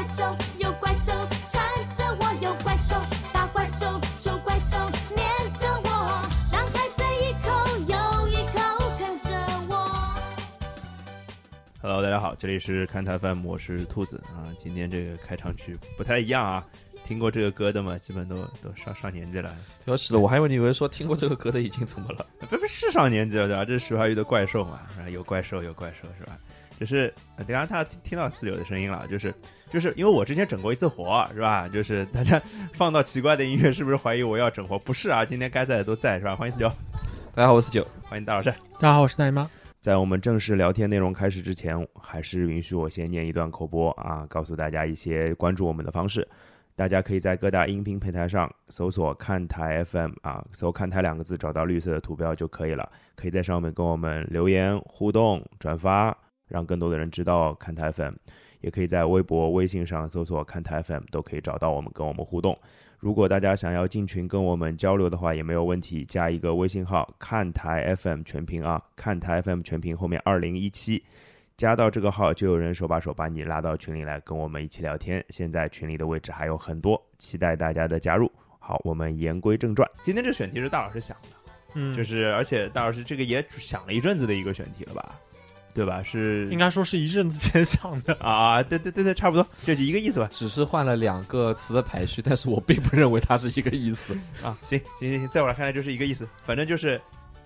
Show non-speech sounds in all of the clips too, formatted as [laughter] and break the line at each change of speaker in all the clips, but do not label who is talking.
兽，有怪兽缠着我，有怪兽大怪兽、丑怪兽粘着我，张开嘴一口又一口啃着我。
Hello，大家好，这里是看台 FM，我是兔子啊。今天这个开场曲不太一样啊，听过这个歌的嘛，基本都都上上年纪了，
要死了！我还以为你以为说听过这个歌的已经怎么了？
不不是上年纪了对吧？这是徐怀钰的《怪兽》嘛，啊有怪兽有怪兽是吧？就是呃等一下大家听听到四九的声音了，就是就是因为我之前整过一次活是吧？就是大家放到奇怪的音乐，是不是怀疑我要整活？不是啊，今天该在的都在是吧？欢迎四九，
[laughs] 大家好，我是九。
欢迎大老师。
大家好，我是大姨妈。
在我们正式聊天内容开始之前，还是允许我先念一段口播啊，告诉大家一些关注我们的方式。大家可以在各大音频平台上搜索“看台 FM” 啊，搜“看台”两个字，找到绿色的图标就可以了。可以在上面跟我们留言互动、转发，让更多的人知道看台 FM。也可以在微博、微信上搜索“看台 FM”，都可以找到我们，跟我们互动。如果大家想要进群跟我们交流的话，也没有问题，加一个微信号“看台 FM 全屏”啊，“看台 FM 全屏”后面二零一七，加到这个号就有人手把手把你拉到群里来跟我们一起聊天。现在群里的位置还有很多，期待大家的加入。好，我们言归正传，今天这选题是大老师想的，
嗯
就是是而且大老师这个也想了一阵子的一个选题了吧，对吧？是
应该说是一阵子前想的。
[laughs] 啊，对对对对，差不多，这就一个意思吧。
只是换了两个词的排序，但是我并不认为它是一个意思。
啊，行行行行，在我来看来就是一个意思，反正就是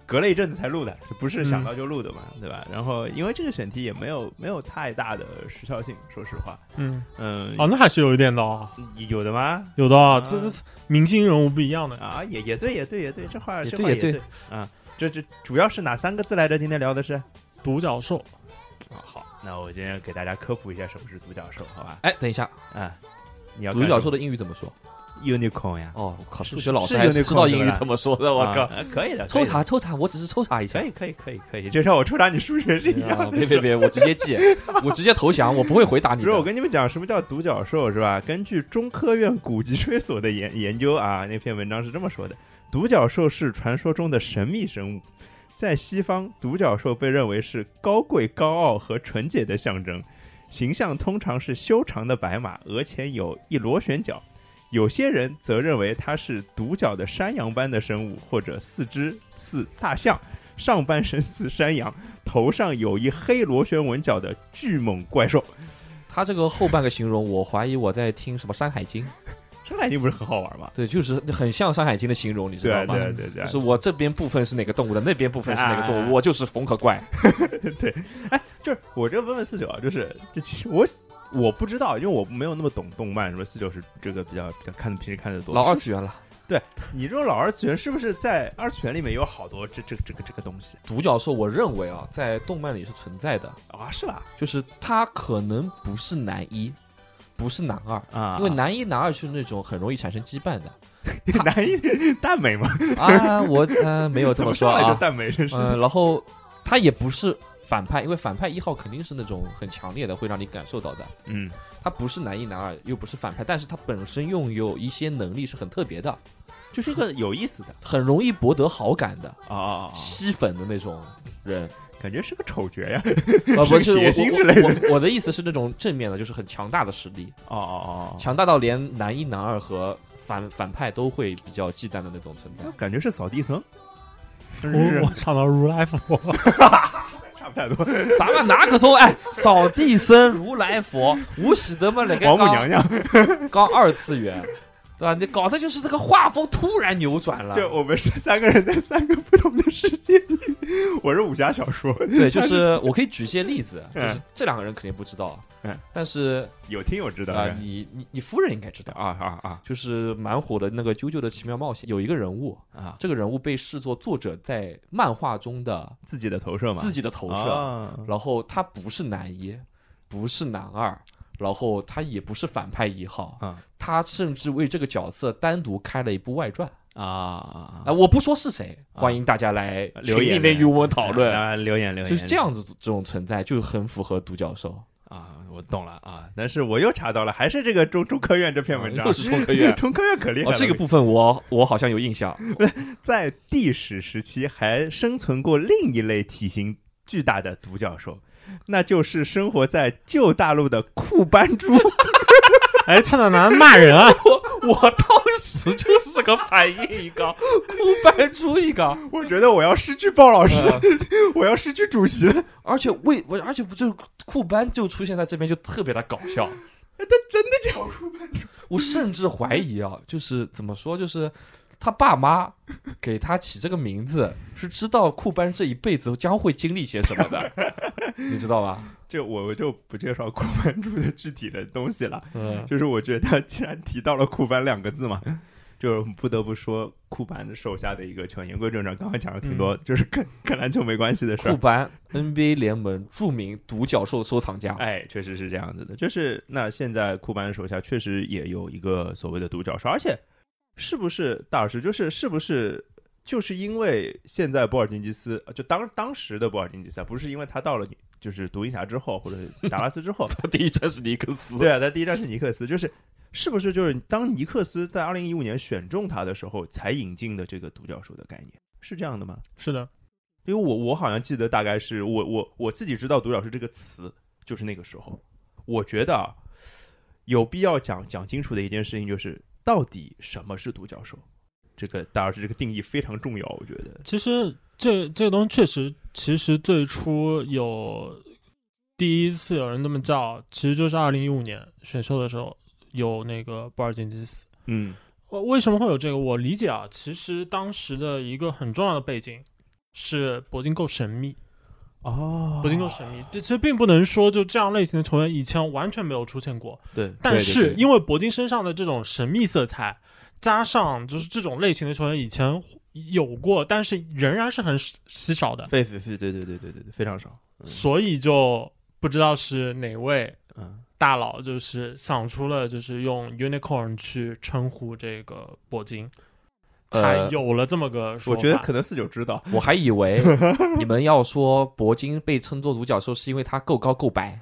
隔了一阵子才录的，不是想到就录的嘛，对吧？然后因为这个选题也没有没有太大的时效性，说实话，
嗯，
嗯，
哦，那还是有一点的啊，
有的吗？
有的
啊
啊，这这这明星人物不一样的。
啊，也也对，也对，也对，这话
也
这
对
话
也
也
对
对啊，这这主要是哪三个字来着？今天聊的是啊，
独角兽，
哦好，那我今天给大家科普一下什么是独角兽，好吧？
[laughs] 哎，等一下，
啊，你要
独角兽的英语怎么说？
unicorn 呀，
哦，我靠，数
是
学老师
是
还
unicorn，
知道英
对
语
吧
怎么说的，我靠！
啊，可以的，可以
抽
的
查抽查，我只是抽查一下
可。以可以可以可以，就像我抽查你数学是一样的
啊。 [laughs] 别别别，我直接 [laughs] 记，我直接投降，我不会回答你
不是，我
的。
跟你们讲什么叫独角兽是吧？根据中科院古脊椎所的研研究啊，那篇文章是这么说的：独角兽是传说中的神秘生物，在西方，独角兽被认为是高贵、高傲和纯洁的象征，形象通常是修长的白马，额前有一螺旋角。有些人则认为它是独角的山羊般的生物，或者四肢似大象，上半身似山羊，头上有一黑螺旋纹角的巨猛怪兽。
他这个后半个形容，我怀疑我在听什么《山海经》。
山海经不是很好玩吗？
对，就是很像《山海经》的形容，你知道
对
吗？
对对对
就，是我这边部分是哪个动物的，那边部分是哪个动
啊
物，我就是缝和 [laughs] 怪。
就是我这问问四九啊，就是这其实我我不知道，因为我没有那么懂动漫，什么四九是这个比较比较看的平时看的多。
老二
是
次元了，
你这种老二次元是不是在二次元里面有好多这这这个这个东西
独角兽，我认为啊，在动漫里是存在的，
啊？是吧？
就是它可能不是男一，不是男二，
啊，
因为男一男二是那种很容易产生羁绊
[laughs]
的
男一耽美嘛，
啊。我呃没有这
怎
么
么
说
上来就
啊，
耽美，真是。
嗯，然后他也不是反派，因为反派一号肯定是那种很强烈的，会让你感受到的。
嗯，
他不是男一男二，又不是反派，但是他本身拥有一些能力是很特别的，
就是一个有意思的
很容易博得好感的，
啊啊啊
吸粉的那种人。
感觉是个丑角呀。
[laughs] 啊，不
是
是
个
我
谐星
我
之类的
我我我的意思是那种正面的，就是很强大的实力，
哦哦
强大到连男一、男二和反反派都会比较忌惮的那种存在 [laughs]
哦，。感觉是扫地僧，是不
我
是
我想到如来 [laughs] 佛，
差不太多。
啥嘛哪个说哎，扫地僧、如来佛、无喜德嘛，那个
王母娘
刚
娘，
刚二次元，对吧？你搞的就是这个画风突然扭转了，
就我们是三个人在三个不同的世界里。 [laughs] 我是武侠小说，
对，就是我可以举一些例子，就
嗯
是这两个人肯定不知道
嗯，
但是
有听有知道嗯
啊、
的
你你你夫人应该知道。
啊啊啊
就是蛮火的那个《啾啾的奇妙冒险》，有一个人物，
啊！
这个人物被视作作者在漫画中的
自己的投射嘛，
自
己
己的投射，
啊、
然后他不是男一，不是男二，然后他也不是反派一号，
啊
他甚至为这个角色单独开了一部外传啊、
啊啊
我不说是谁，欢迎大家来群
留言
里面与我讨论。
啊，留言留言
就是这样子，这种存在就很符合独角兽。
啊，我懂了啊，但是我又查到了，还是这个中中科院这篇文章，
啊又是中科院
中科院 [laughs] 可厉害
哦
了，，
这个部分我我好像有印象。
在地史时期还生存过另一类体型巨大 [laughs] 的独角兽，那就是生活在旧大陆的库班猪。
哎，蔡楠楠骂
[laughs]
人啊！
我当时就是个反应一个， [laughs] 哭扮猪一
[laughs]
个，
我觉得我要失去鲍老师，
呃
[laughs] 我要失去主席了。
而且为我，而且不就是库班就出现在这边就特别的搞笑。
[laughs] 他真的叫库班猪，
我甚至怀疑啊，就是怎么说，就是他爸妈给他起这个名字，是知道库班这一辈子将会经历些什么的，
[laughs]
你知道吧？
这我我就不介绍库班猪的具体的东西了。
嗯，
就是我觉得，既然提到了库班两个字嘛， [laughs] 就是不得不说库班手下的一个球员。言归正传，刚才讲了挺多，就是跟跟篮球没关系的事
库
儿。
班 NBA 联盟著名独角兽收藏家，
哎，确实是这样子的。就是那现在库班手下确实也有一个所谓的独角兽，而且是不是大老师？就是是不是就是因为现在波尔津吉斯就当当时的波尔津吉斯啊，不是因为他到了就是独行侠之后或者达拉斯之后，
第一站是尼克斯，
对啊，他第一站是尼克斯，就是是不是就是当尼克斯在二零一五年选中他的时候才引进的这个独角兽的概念，是这样的吗？
是的，
因为我我好像记得大概是我我我自己知道独角兽这个词就是那个时候，我觉得啊，有必要讲讲清楚的一件事情就是到底什么是独角兽，这个当然是这个定义非常重要，我觉得
其实这这个东西确实，其实最初有第一次有人这么叫，其实就是二零一五年选秀的时候有那个波尔津吉斯。
嗯
我为什么会有这个？我理解啊，其实当时的一个很重要的背景是铂金够神秘，
哦
铂金够神秘。这其实并不能说就这样类型的球员以前完全没有出现过，
对
但
对
是因为铂金身上的这种神秘色彩，加上就是这种类型的球员以前有过，但是仍然是很稀稀少的，
非非非对对对对对对非常少，
所以就不知道是哪位
嗯
大佬就是想出了就是用 unicorn 去称呼这个铂金，才
呃
有了这么个说
我
法。
觉得可能四九知道
我还以为你们要说铂金被称作独角兽是因为它够高够白，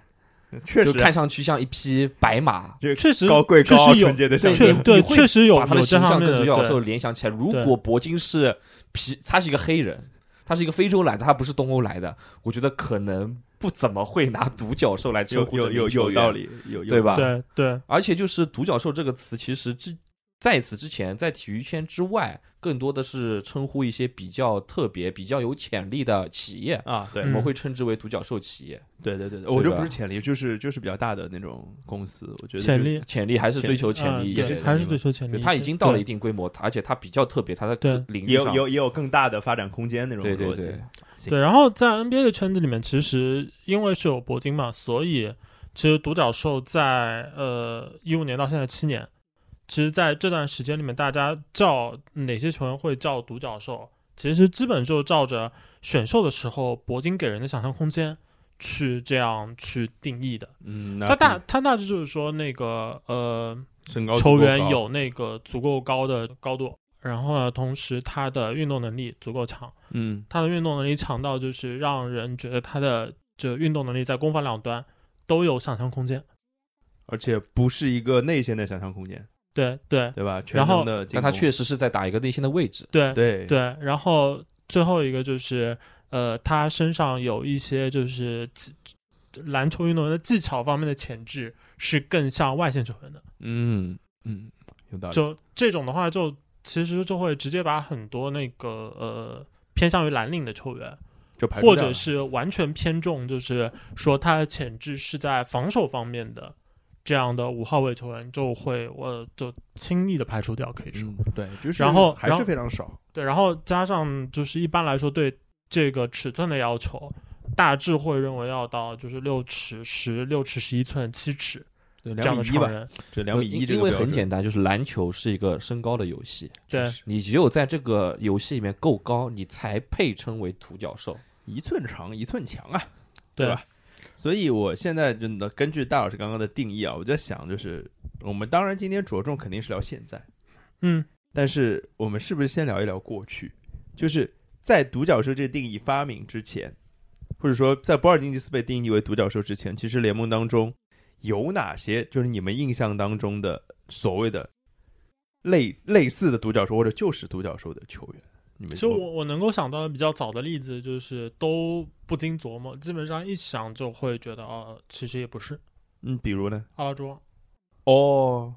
确
就
实啊
看上去像一匹白马，
确实
高贵
确
高傲啊
实有
纯洁的象征
确
你
对
会
确实有
把他的
有这
形
方
象
面
跟独
的
角兽
对
联想起来。如
对
果铂金是皮，他是一个黑人，他是一个非洲来的，他不是东欧来的，我觉得可能不怎么会拿独角兽来称
有
呼
有
这名
有
球
有
员
道，理，有有
对吧？
对对
而且就是独角兽这个词，其实之在此之前，在体育圈之外，更多的是称呼一些比较特别、比较有潜力的企业，
啊？对
嗯
我们会称之为独角兽企业。
对对对，对我就
吧
不是潜力，就是就是比较大的那种公司，我觉得就
潜力
潜力还是追求潜
嗯
力一
对
些的，
还是追求潜力
对
一些，
他已经到了
对
一定规模，它而且他比较特别，他在
对
领
也
域
有
上
也，有也有更大的发展空间那种
对对
逻辑。
对，
对
对，然后在 NBA 的圈子里面，其实因为是有铂金嘛，所以其实独角兽在呃一五年到现在七年，其实在这段时间里面，大家叫哪些球员会叫独角兽，其实基本就照着选秀的时候铂金给人的想象空间去这样去定义的。
嗯，那
它大它大致就是说那个呃
身高
球员
足够高
有那个足够高的高度，然后呢，同时他的运动能力足够强。
嗯
他的运动能力强到就是让人觉得他的这运动能力在攻防两端都有想象空间。
而且不是一个内线的想象空间，
对对
对吧？全能的进攻，
但他确实是在打一个内线的位置。
对
对
对，然后最后一个就是呃，他身上有一些就是技篮球运动员的技巧方面的潜质是更像外线球员的。
嗯嗯，有道理。
就这种的话就，其实就会直接把很多那个呃。偏向于蓝领的球员，
就排除
或
掉
者
了
是完全偏重，就是说他的潜质是在防守方面的这样的五号位球员，就会我就轻易的排除掉，可以说、
嗯对，就是
然后
还
然
是
后
非常少。
对。然后加上就是一般来说对这个尺寸的要求，大致会认为要到就是六尺十、六尺十一寸、七尺
对，
这样
两
的
米一
超
吧，
人，
这两米一
因
这个
因为
标准
很简单，就是篮球是一个身高的游戏，
对
是
你只有在这个游戏里面够高，你才配称为独角兽。
一寸长一寸强啊，
对
吧？所以我现在真的根据大老师刚刚的定义啊，我在想，就是我们当然今天着重肯定是聊现在，
嗯，
但是我们是不是先聊一聊过去？就是在独角兽这定义发明之前，或者说在博尔津吉斯被定义为独角兽之前，其实联盟当中有哪些就是你们印象当中的所谓的类类似的独角兽或者就是独角兽的球员？你们
其实我我能够想到的比较早的例子，就是都不经琢磨，基本上一想就会觉得哦，其实也不是
嗯，比如呢？
阿拉朱旺。
哦，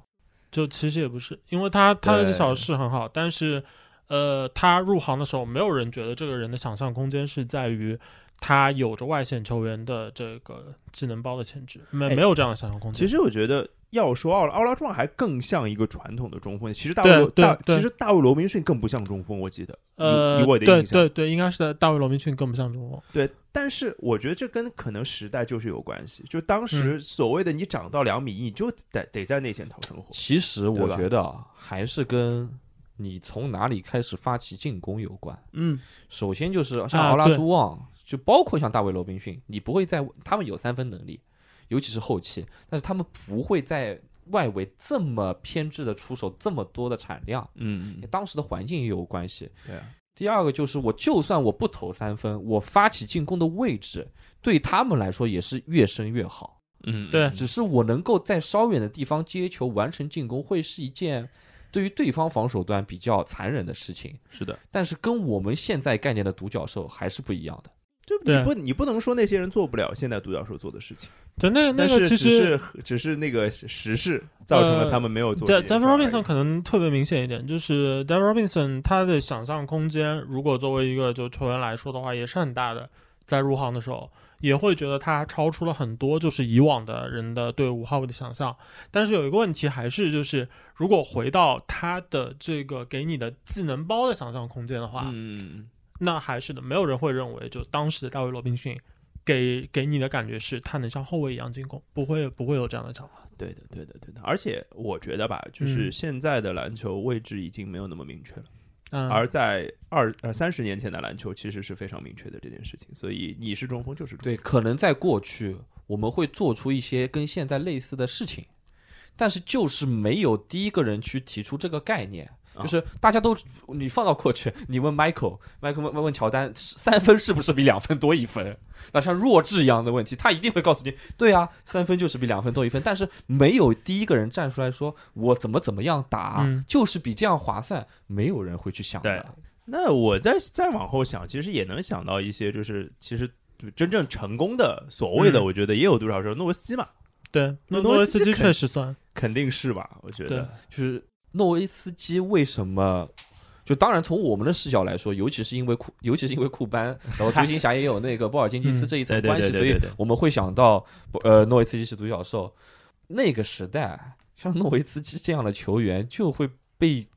就其实也不是，因为他他的这小事很好，但是呃，他入行的时候，没有人觉得这个人的想象空间是在于他有着外线球员的这个技能包的潜质，没、
哎
没有这样的想象空间。
其实我觉得要说奥拉奥拉壮还更像一个传统的中锋，其实大卫
对
大
对
其实大卫罗宾逊更不像中锋，我记得以
呃，
以我的
对
印象
对对，应该是在大卫罗宾逊更不像中锋。
对，但是我觉得这跟可能时代就是有关系，就当时所谓的你长到两米一，你就得得在内线讨生活。
其实我
对吧
觉得啊，还是跟你从哪里开始发起进攻有关。
嗯，
首先就是像
啊
奥拉
对
朱旺，就包括像大卫罗宾逊，你不会在他们有三分能力，尤其是后期，但是他们不会在外围这么偏执的出手这么多的产量，
嗯，
当时的环境也有关系。
对啊，
第二个就是，我就算我不投三分，我发起进攻的位置对他们来说也是越深越好。
嗯，
对
只是我能够在稍远的地方接球完成进攻，会是一件对于对方防守端比较残忍的事情。
是的，
但是跟我们现在概念的独角兽还是不一样的。
就
对
你不你不能说那些人做不了现在独角兽做的事情，
对，那
但
那个
是
其
只
实
是只是那个时势造成了他们没有做这
对
件事
d
儿
a v
而
i
已。
Robinson 可能特别明显一点，就是 d a v i Robinson 他的想象空间，如果作为一个就球员来说的话，也是很大的。在入行的时候，也会觉得他超出了很多就是以往的人的对五号位的想象。但是有一个问题还是就是，如果回到他的这个给你的技能包的想象空间的话，
嗯，
那还是的，没有人会认为就当时的大卫罗宾逊给给你的感觉是他能像后卫一样进攻，不会不会有这样的想法。
对的，对的，对的。而且我觉得吧，就是
嗯
现在的篮球位置已经没有那么明确了，
嗯，
而在二呃三十年前的篮球其实是非常明确的这件事情。所以你是中锋就是中锋，
对，可能在过去我们会做出一些跟现在类似的事情，但是就是没有第一个人去提出这个概念。
啊
就是大家都，你放到过去，你问 Michael，Michael 问问问乔丹，三分是不是比两分多一分？那像弱智一样的问题，他一定会告诉你，对啊，三分就是比两分多一分。但是没有第一个人站出来说，我怎么怎么样打，
嗯
就是比这样划算，没有人会去想
对
的。
那我再再往后想，其实也能想到一些，就是其实就真正成功的所谓的，
嗯
我觉得也有多少人，诺维斯基嘛，
对，
那
诺
诺维
维
斯
斯
基
基
肯
确实算。
肯定是吧？我觉得，
就是诺维斯基为什么？就当然从我们的视角来说，尤其是因为库，尤其是因为库班，然
[laughs]
后独行侠也有那个波尔津吉斯
嗯
这一层
对对
关系，
对对
所以
对对
我们会想到，呃，诺维斯基是独角兽。那个时代，像诺维斯基这样的球员就会被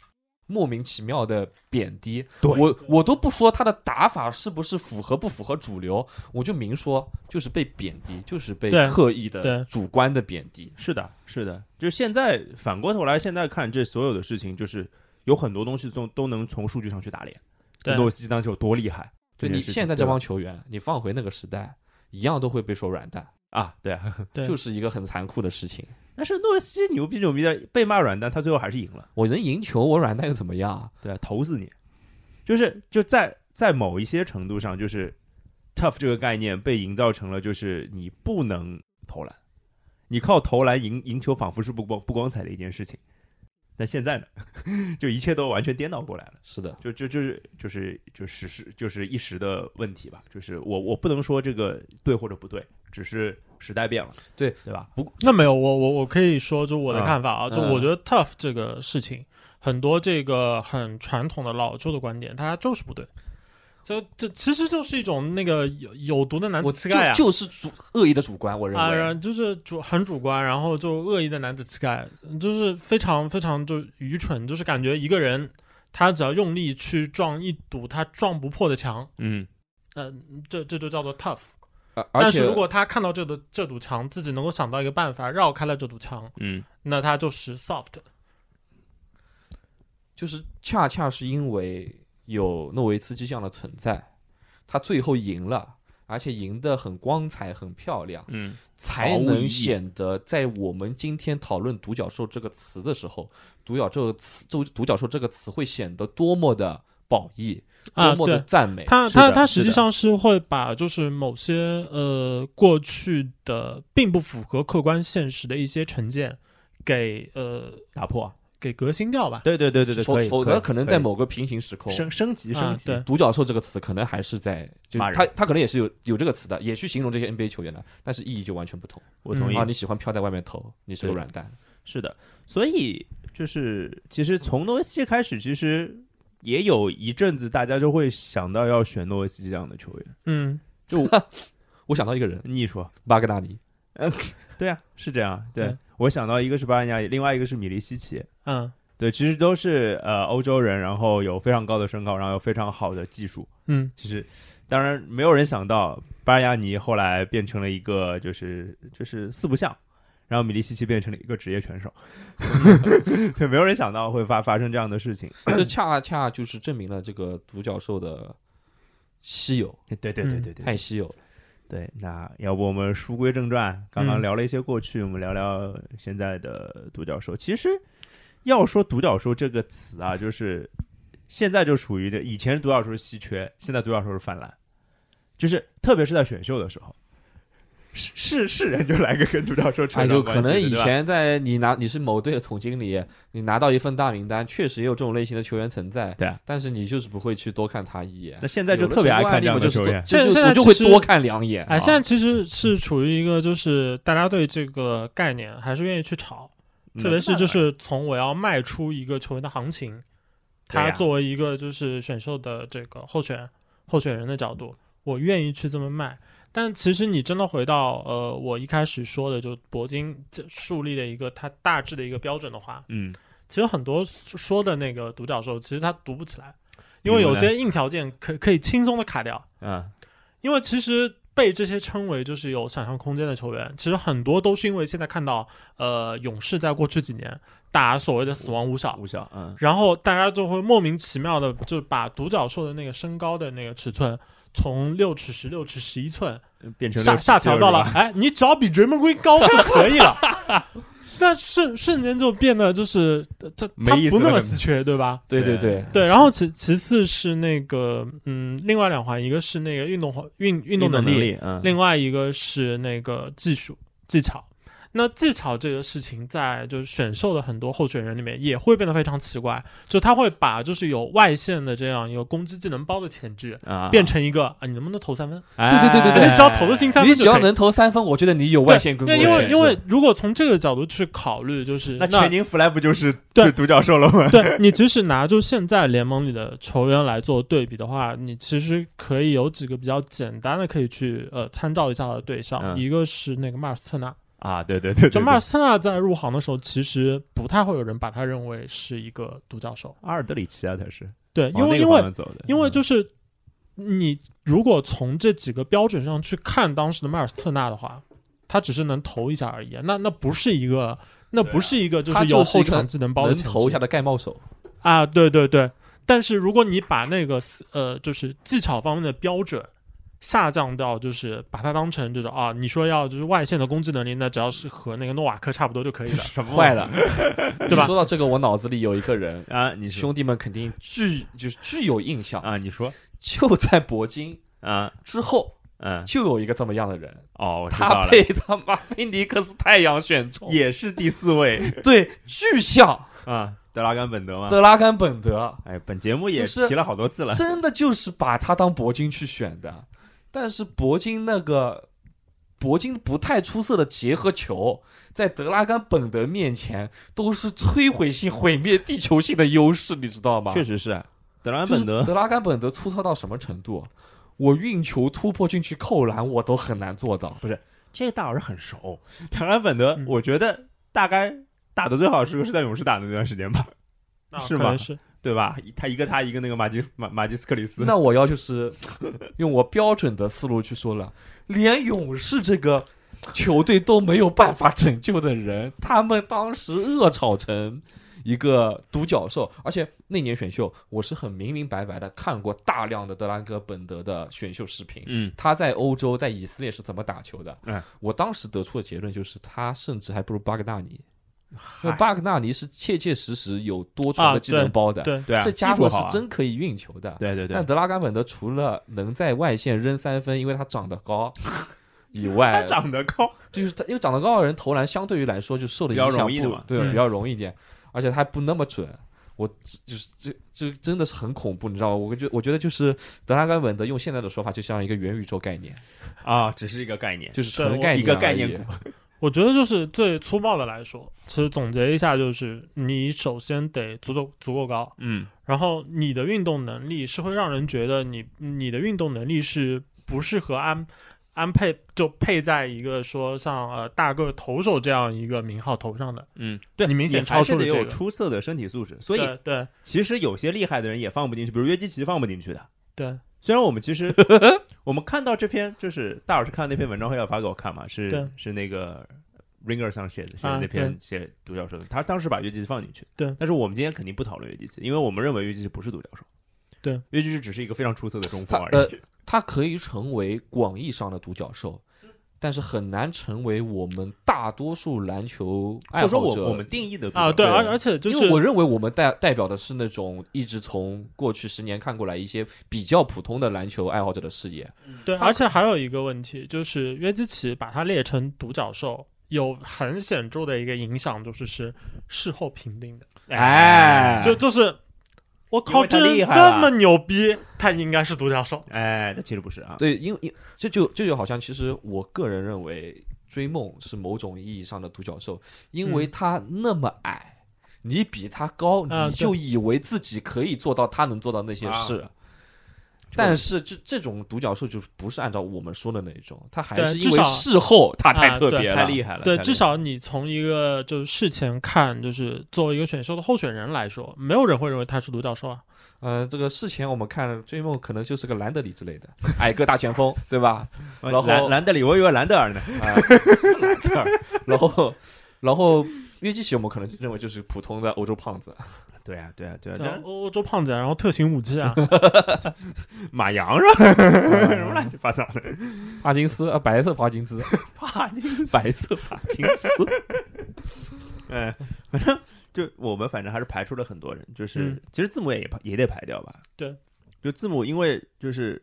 莫名其妙的贬低。
对
我我都不说他的打法是不是符合不符合主流，我就明说就是被贬低，就是被
对
刻意的
对
主观的贬低。
是的，是的。就现在反过头来，现在看这所有的事情，就是有很多东西都都能从数据上去打脸。
对
诺维斯基当时有多厉害？
就
这件
你
事情
现在这
对吧
帮球员，你放回那个时代，一样都会被说软蛋，
啊，对啊。 [laughs]
对
就是一个很残酷的事情。
但是诺维斯基牛逼牛逼的，被骂软蛋，他最后还是赢了。
我能赢球，我软蛋又怎么样？
对啊，投死你！就是就在在某一些程度上，就是 tough 这个概念被营造成了，就是你不能投篮，你靠投篮赢赢球，仿佛是不光不光彩的一件事情。但现在呢， [laughs] 就一切都完全颠倒过来了。
是的，
就就就是就是就是时就是一时的问题吧，就是我我不能说这个对或者不对，只是时代变了，
对
对吧？
那没有，我我我可以说就我的
啊
看法啊，就
嗯
我觉得 tough 这个事情，很多这个很传统的老旧的观点，它就是不对。就这其实就是一种那个有有毒的男
我
子气概啊
就就是主恶意的主观，我认
啊，然后
为。
就是主很主观，然后就恶意的男子气概，就是非常非常就愚蠢，就是感觉一个人他只要用力去撞一堵他撞不破的墙，
嗯，
嗯、这这就叫做 tough。
而而
但
且
是如果他看到这堵这堵墙，自己能够想到一个办法绕开了这堵墙，
嗯，
那他就是 soft。
就是恰恰是因为有诺维茨基这样的存在，他最后赢了，而且赢得很光彩、很漂亮，
嗯，
才
毫无意
能
义
显得在我们今天讨论“独角兽”这个词的时候，“独角兽”词“独独角兽”这个词会显得多么的褒义，
啊
多么的
对
赞美。
他
是
他
的
他
是
实际
的
上是会把就是某些呃过去的并不符合客观现实的一些成见给呃
打破，啊
给革新掉吧。
对对对对对，
否
可以
否则可能在
以
某个平行时空，
升升级
啊
升级，
对
独角兽这个词可能还是在，就
骂
是
人
他他可能也是有有这个词的，也去形容这些 NBA 球员的，但是意义就完全不同。啊
我同意
啊，。你喜欢飘在外面投，你是个
对
软蛋。
是的，所以就是其实从诺维斯基开始，其实也有一阵子大家就会想到要选诺维斯基这样的球员。
嗯，
我 [laughs] 想到一个人，
你
[laughs]
说
巴格纳尼，
对啊，是这样。对、
对
我想到一个是巴恩亚里，另外一个是米利西奇。
嗯
对，其实都是呃欧洲人，然后有非常高的身高，然后有非常好的技术。
嗯，
其实当然没有人想到巴尔亚尼后来变成了一个就是就是四不像，然后米利西奇变成了一个职业选手， [laughs] 对，没有人想到会发发生这样的事情。
这恰恰就是证明了这个独角兽的稀有，
对对对
嗯
对对
太稀有了。
对，那要不我们书归正传，刚刚
嗯
聊了一些过去，我们聊聊现在的独角兽。其实要说独角兽这个词啊，就是现在就属于这，以前独角兽是稀缺，现在独角兽是泛滥，就是特别是在选秀的时候，是是是人就来个跟独角兽扯
哎，
上
就
关
可
系
能
的
以
对吧
前在你拿你是某队的总经理，你拿到一份大名单，确实也有这种类型的球员存在，
对啊
但是你就是不会去多看他一眼
那。现在就特别爱看这样的球
有
员
了，啊成功案例嘛就是多就我
现在
就会
其实
多看两眼。
哎，
啊
现在其实是处于一个就是大家对这个概念还是愿意去炒，
嗯
特别是就是从我要卖出一个球员的行情，
对呀
他作为一个就是选秀的这个候选候选人的角度，我愿意去这么卖。但其实你真的回到呃，我一开始说的，就铂金这树立的一个它大致的一个标准的话，
嗯，
其实很多说的那个独角兽，其实它读不起来，
比
因
如呢
为有些硬条件可可以轻松的卡掉。
啊，
因为其实被这些称为就是有想象空间的球员，其实很多都是因为现在看到呃勇士在过去几年打所谓的死亡五小，
无效，嗯，
然后大家就会莫名其妙的就把独角兽的那个身高的那个尺寸。从六尺十六尺十一寸
变成
下
六
下调到了，哎，你只要比 Draymond Green 高就可以了。 [laughs] 那瞬瞬间就变得就是这
没
它
意思
不那
了
么
是吗
稀缺，对吧？
对对
对
对，
对，然后其其次是那个，嗯，另外两环，一个是那个运动环运运
运
动
能
能力，
力，嗯，
另外一个是那个技术技巧。那技巧这个事情，在就是选秀的很多候选人里面也会变得非常奇怪，就他会把就是有外线的这样一个攻击技能包的潜质，
啊，
变成一个啊，你能不能投三分？
哎，
对对对对对
你只要投得进三分
你
就
只要
可以
能投三分，我觉得你有外线跟
对
攻
因为
的
因为如果从这个角度去考虑，就是
那全宁弗莱不就是
对
就独角兽了吗？
对你即使拿就现在联盟里的球员来做对比的话，你其实可以有几个比较简单的可以去呃参照一下的对象，
嗯
一个是那个马尔斯特纳，
啊，对对对，
就马尔斯特纳在入行的时候，其实不太会有人把他认为是一个独角兽，
阿尔德里奇啊，他是
对，因
往那个
为
嗯
因
方
为
向走的，
因为就是你如果从这几个标准上去看当时的迈尔斯特纳的话，他只是能投一下而已，那那不是一个。那不是一个，就
他
有
就是一
后
个
场技能包的
能
前
投一
提
下的盖帽 [laughs] 手，
啊，对对对。但是如果你把那个呃，就是技巧方面的标准下降到，就是把它当成这种啊，你说要就是外线的攻击能力，那只要是和那个诺瓦克差不多就可
[laughs]
以了，
什么
坏了，
对吧
你说到这个，我脑子里有一个人，
啊？ [laughs] 你说
兄弟们肯定具就是具有印象，
啊？你说
就在铂金
啊？
之后
嗯，
就有一个这么样的人，
哦，我知道
他
了，
被他妈菲尼克斯太阳选中，
也是第四位 [laughs]
对，巨像
啊，德拉甘本德吗？
德拉甘本德，
哎，本节目也
就是
提了好多次了，
真的就是把他当铂金去选的，但是铂金那个。铂金不太出色的结合球，在德拉甘本德面前都是摧毁性、毁灭地球性的优势，你知道吗？
确实是啊德拉
就
甘
是
本德
德拉甘本德粗糙到什么程度？我运球突破进去扣篮，我都很难做到。
这个大老师很熟，德拉甘本德
嗯，
我觉得大概打的最好的时候是在勇士打的那段时间吧，
啊
是
可
吗
能是
对吧？他一个他一个那个马吉马马吉斯克里斯，
[laughs] 那我要就是用我标准的思路去说了，连勇士这个球队都没有办法拯救的人，他们当时恶炒成一个独角兽，而且那年选秀，我是很明明白白的看过大量的德拉戈本德的选秀视频，
嗯，
他在欧洲在以色列是怎么打球的？
嗯
我当时得出的结论就是，他甚至还不如巴格纳尼。因为巴格纳尼是切切实实有多重的
啊
技能包的，
对，
对啊，
这家
技术
伙
好啊
是真可以运球的。
对对对
但，德拉甘本德除了能在外线扔三分，因为他长得
[laughs]
高以
他，
外
长得高，
就是他因为长得高的人投篮相对于来说就受的
比较
影响
容易的
不
嘛
对
嗯
比较容易一点，而且他还不那么准。我只就是这这真的是很恐怖，你知道吗？我觉我觉得就是德拉甘本德用现在的说法，就像一个元宇宙概念。
啊，只是一个概念，
就是
对
纯
我
概念而已，
一个概念股
我觉得就是最粗暴的来说，其实总结一下就是，你首先得足够足够高，
嗯
然后你的运动能力是会让人觉得你你的运动能力是不适合安安配就配在一个说像呃大个投手这样一个名号头上的，
嗯，
对
你明显
你
超
还
出
是
了
得
这
有
个。
出色的身体素质。所以
对对
其实有些厉害的人也放不进去，比如约基奇放不进去的。
对
虽然我们其
[laughs]
实我们看到这篇就是大老师看那篇文章，黑小发给我看嘛，是
对
是那个 Ringer 上写的写
啊
的那篇
对
写独角兽的，他当时把约基奇放进去。
对
但是我们今天肯定不讨论约基奇，因为我们认为约基奇不是独角兽。
对，
约基奇只是一个非常出色的中锋
他
而
呃
已。，
他可以成为广义上的独角兽，但是很难成为我们大多数篮球
哎或
爱
者
好
说
者。
我我们定义的独角
啊，对，
兽
而而且就
因为我
是
认为我们代代表的是那种一直从过去十年看过来一些比较普通的篮球爱好者的视野。
对，
他
而且还有一个问题就是约基奇把它列成独角兽。有很显著的一个影响，就是是事后评定的，
哎
就就是我靠，
因为他
这人
厉害
这
了
么牛逼，他应该是独角兽。
哎，那其实不是啊。
对，因为因这就这就好像，其实我个人认为追梦是某种意义上的独角兽，因为他那么矮，你比他高，
嗯啊
你就以为自己可以做到他能做到那些事。但是这这种独角兽就不是按照我们说的那种，他还
对
是
至
因为
少
事后他太
啊
特
对
别了，
太厉害了，
对，
太厉害
至少你从一个就是事前看，就是作为一个选秀的候选人来说，没有人会认为他是独角兽啊。
呃，这个事前我们看追梦可能就是个兰德里之类的矮个大前锋，对吧？
呃
然后
兰兰德里，我以为兰德尔呢。
啊、兰德尔，然后然后约基奇我们可能就认为就是普通的欧洲胖子，
[laughs] 对啊，对啊，对啊，
然后
这
欧欧洲胖子啊，然后特型武
[laughs]
器啊，
马洋是吧？
[laughs]
什么乱七八糟的。
帕金斯啊、白色帕金斯，
帕金斯，
白色帕金斯，
[laughs] 嗯，反正就我们反正还是排除了很多人，就是、
嗯
其实字母也也也得排掉吧。
对，
就字母，因为就是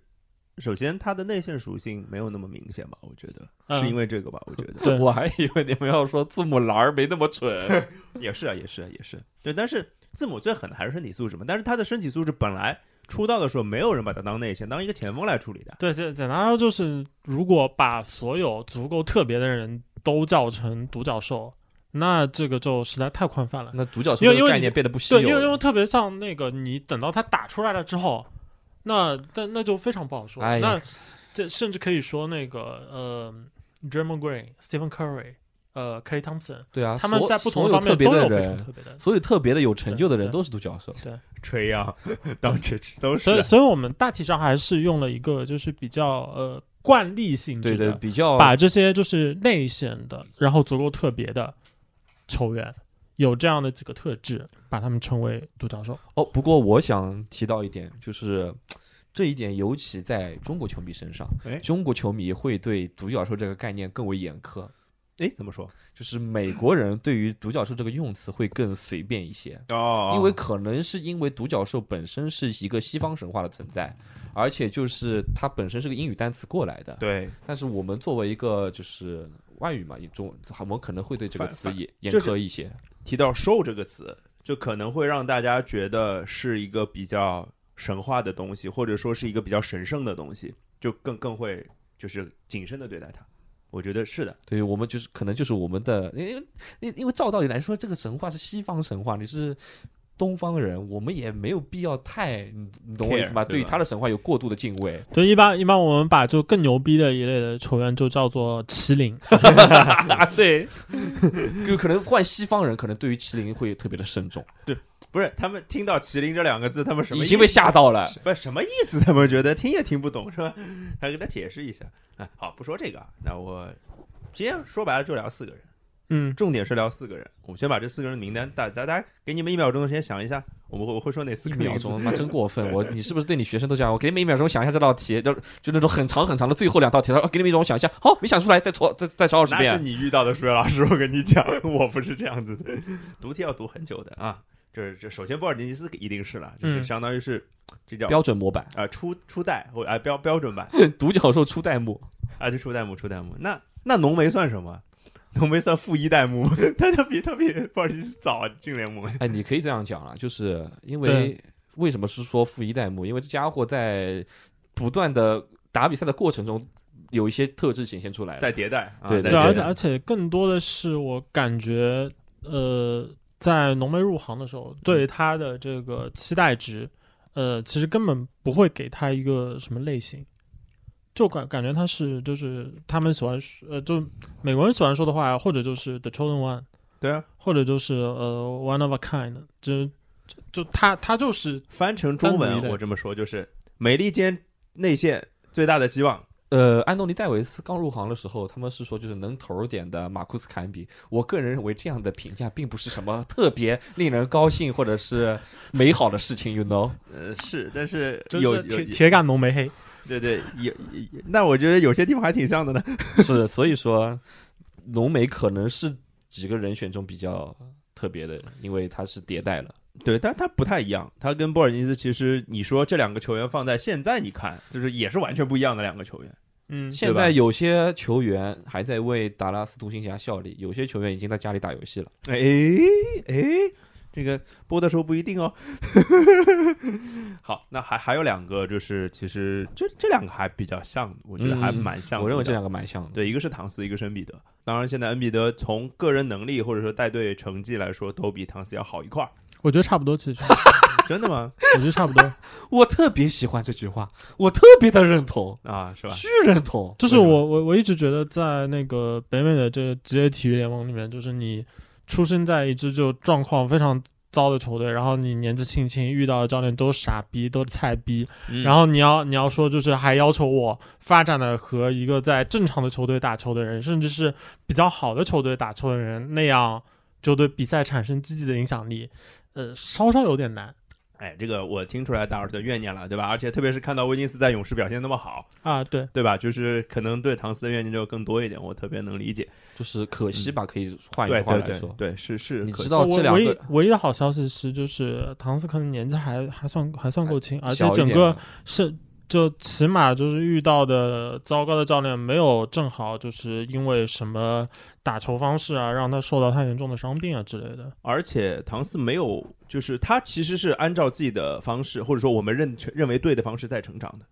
首先它的内线属性没有那么明显吧，我觉得、
嗯
是因为这个吧，我
[laughs]
觉得
对
我还以为你们要说字母栏儿没那么蠢，
[laughs] 也是啊，也是啊，也是对，但是字母最狠的还是身体素质嘛，但是他的身体素质本来。出道的时候，没有人把他当内线，当一个前锋来处理的。
对，简简单来说就是，如果把所有足够特别的人都叫成独角兽，那这个就实在太宽泛了。
那独角兽
因为
这
因
个
为
概
你
念变得不稀
对，因
有
为因为
了。
特别像那个，你等到他打出来了之后，那那那就非常不好说。
哎
那
呀，
这甚至可以说那个呃，Draymond Green、Stephen Curry、呃，Klay Thompson，
对啊，
他们
所
在不同
所有
方
特
面
别
都
的
有非常
人，
特别的。
所有特别的有成就的人
对
都是独角兽。
吹啊，当这都是
所以，
啊
所以我们大体上还是用了一个就是比较呃惯例性质
对
的，
对，比较
把这些就是内线的，然后足够特别的球员，有这样的几个特质，把他们称为独角兽。
哦，不过我想提到一点，就是这一点尤其在中国球迷身上
哎，
中国球迷会对独角兽这个概念更为严苛，
哎，怎么说？
就是美国人对于独角兽这个用词会更随便一些。
哦
因为可能是因为独角兽本身是一个西方神话的存在，而且就是它本身是个英语单词过来的。
对，
但是我们作为一个就是外语嘛，一中我们可能会对这个
反
词
反
也严
就是
苛一些。
提到“兽”这个词，就可能会让大家觉得是一个比较神话的东西，或者说是一个比较神圣的东西，就更更会就是谨慎的对待它。我觉得是的，
对我们就是可能就是我们的，因为因因为照道理来说，这个神话是西方神话，你是东方人，我们也没有必要太，你你懂我意思
Care，对
吗？
吧
对于他的神话有过度的敬
[laughs]
畏，
对，一般一般我们把就更牛逼的一类的球员就叫做麒麟。
[laughs] 对，有可能换西方人，可能对于麒麟会特别的慎重，
不是他们听到“麒麟”这两个字，他们什么
已
意
经被吓到了。
不是什么意思？他们觉得听也听不懂，是吧？还给他解释一下。哎，好，不说这个啊，那我今天说白了就聊四个人，
嗯，
重点是聊四个人。我们先把这四个人的名单，大大家给你们一秒钟的时间想一下，我们会我会说哪四
一
个
秒
名字
钟，妈真过分！我你是不是对你学生都这样？我给你们一秒钟想一下这道题，就就那种很长很长的最后两道题，然后给你们一种想一下，好，没想出来，再错，再再找二十
那是
遍。
你遇到的数学老师，我跟你讲，我不是这样子的，读题要读很久的啊。就是这，首先波尔津吉斯一定是了，就是
嗯
相当于是这叫
标准
[laughs]
模板，
啊初初代或啊标标准版
独角兽出弹幕，
啊，就初代目初代目。那那浓眉算什么？浓眉算负一代 [laughs] 目，他他比他比波尔津吉斯早啊进联 [laughs] 盟。
哎，你可以这样讲了，就是因为
对
为什么是说负一代目？因为这家伙在不断的打比赛的过程中，有一些特质显现出来了。
在迭代，啊
对
在
对，
迭
而
代
且而且更多的是我感觉，呃，在浓眉入行的时候，
嗯
对他的这个期待值，呃，其实根本不会给他一个什么类型，就感感觉他是就是他们喜欢说呃，就美国人喜欢说的话，或者就是 the chosen one，
对啊，
或者就是呃 one of a kind，就就就他他就是
翻成中
单
文
独一类
我这么说就是美利坚内线最大的希望，
呃，安东尼戴维斯刚入行的时候，他们是说就是能头儿点的马库斯坎比。我个人认为这样的评价并不是什么特别令人高兴或者是美好的事情，you know？ [laughs]
呃是，但是
就是
有有
铁铁杆浓眉黑。
对对有，有那我觉得有些地方还挺像的
[laughs]
呢。
是，所以说浓眉可能是几个人选中比较特别的，因为它是迭代了。
对，但他不太一样，他跟波尔津斯其实你说这两个球员放在现在你看，就是也是完全不一样的两个球员。
嗯，
现在有些球员还在为达拉斯独行侠效力，有些球员已经在家里打游戏了。
哎哎，这个播的时候不一定哦。 [laughs] 好，那还还有两个，就是其实这这两个还比较像，我觉得还
嗯
蛮像的。
我认为这两个蛮像的。
对，一个是唐斯，一个是恩比德。当然，现在恩比德从个人能力或者说带队成绩来说，都比唐斯要好一块儿。
我觉得差不多，其实
真的
[laughs]
吗？
我觉得差不多。
我特别喜欢这句话，我特别的认同，
啊，是吧？
巨认同。
就是
为什么
我我我一直觉得在那个北美的这个职业体育联盟里面，就是你出生在一支就状况非常糟的球队，然后你年纪轻轻遇到的教练都是傻逼，都是菜逼，然
后
后你要你要说就是还要求我发展的和一个在正常的球队打球的人，甚至是比较好的球队打球的人那样，就对比赛产生积极的影响力，呃，稍稍有点难
哎，这个我听出来大老师的怨念了，对吧？而且特别是看到威金斯在勇士表现那么好，
啊，对。
对吧？就是可能对唐斯的怨念就更多一点，我特别能理解。
就是可惜吧，可以换一句
对
话
对
来
对
说，
对，是是，
你
可
知
惜
道
我
这两
唯
个
一唯一的好消息是，就是唐斯可能年纪还还算还算够轻，而且
小一
整
点
个
的
是就起码就是遇到的糟糕的教练没有正好就是因为什么打球方式啊，让他受到太严重的伤病啊之类的。
而且唐斯没有，就是他其实是按照自己的方式，或者说我们认认为对的方式在成长的，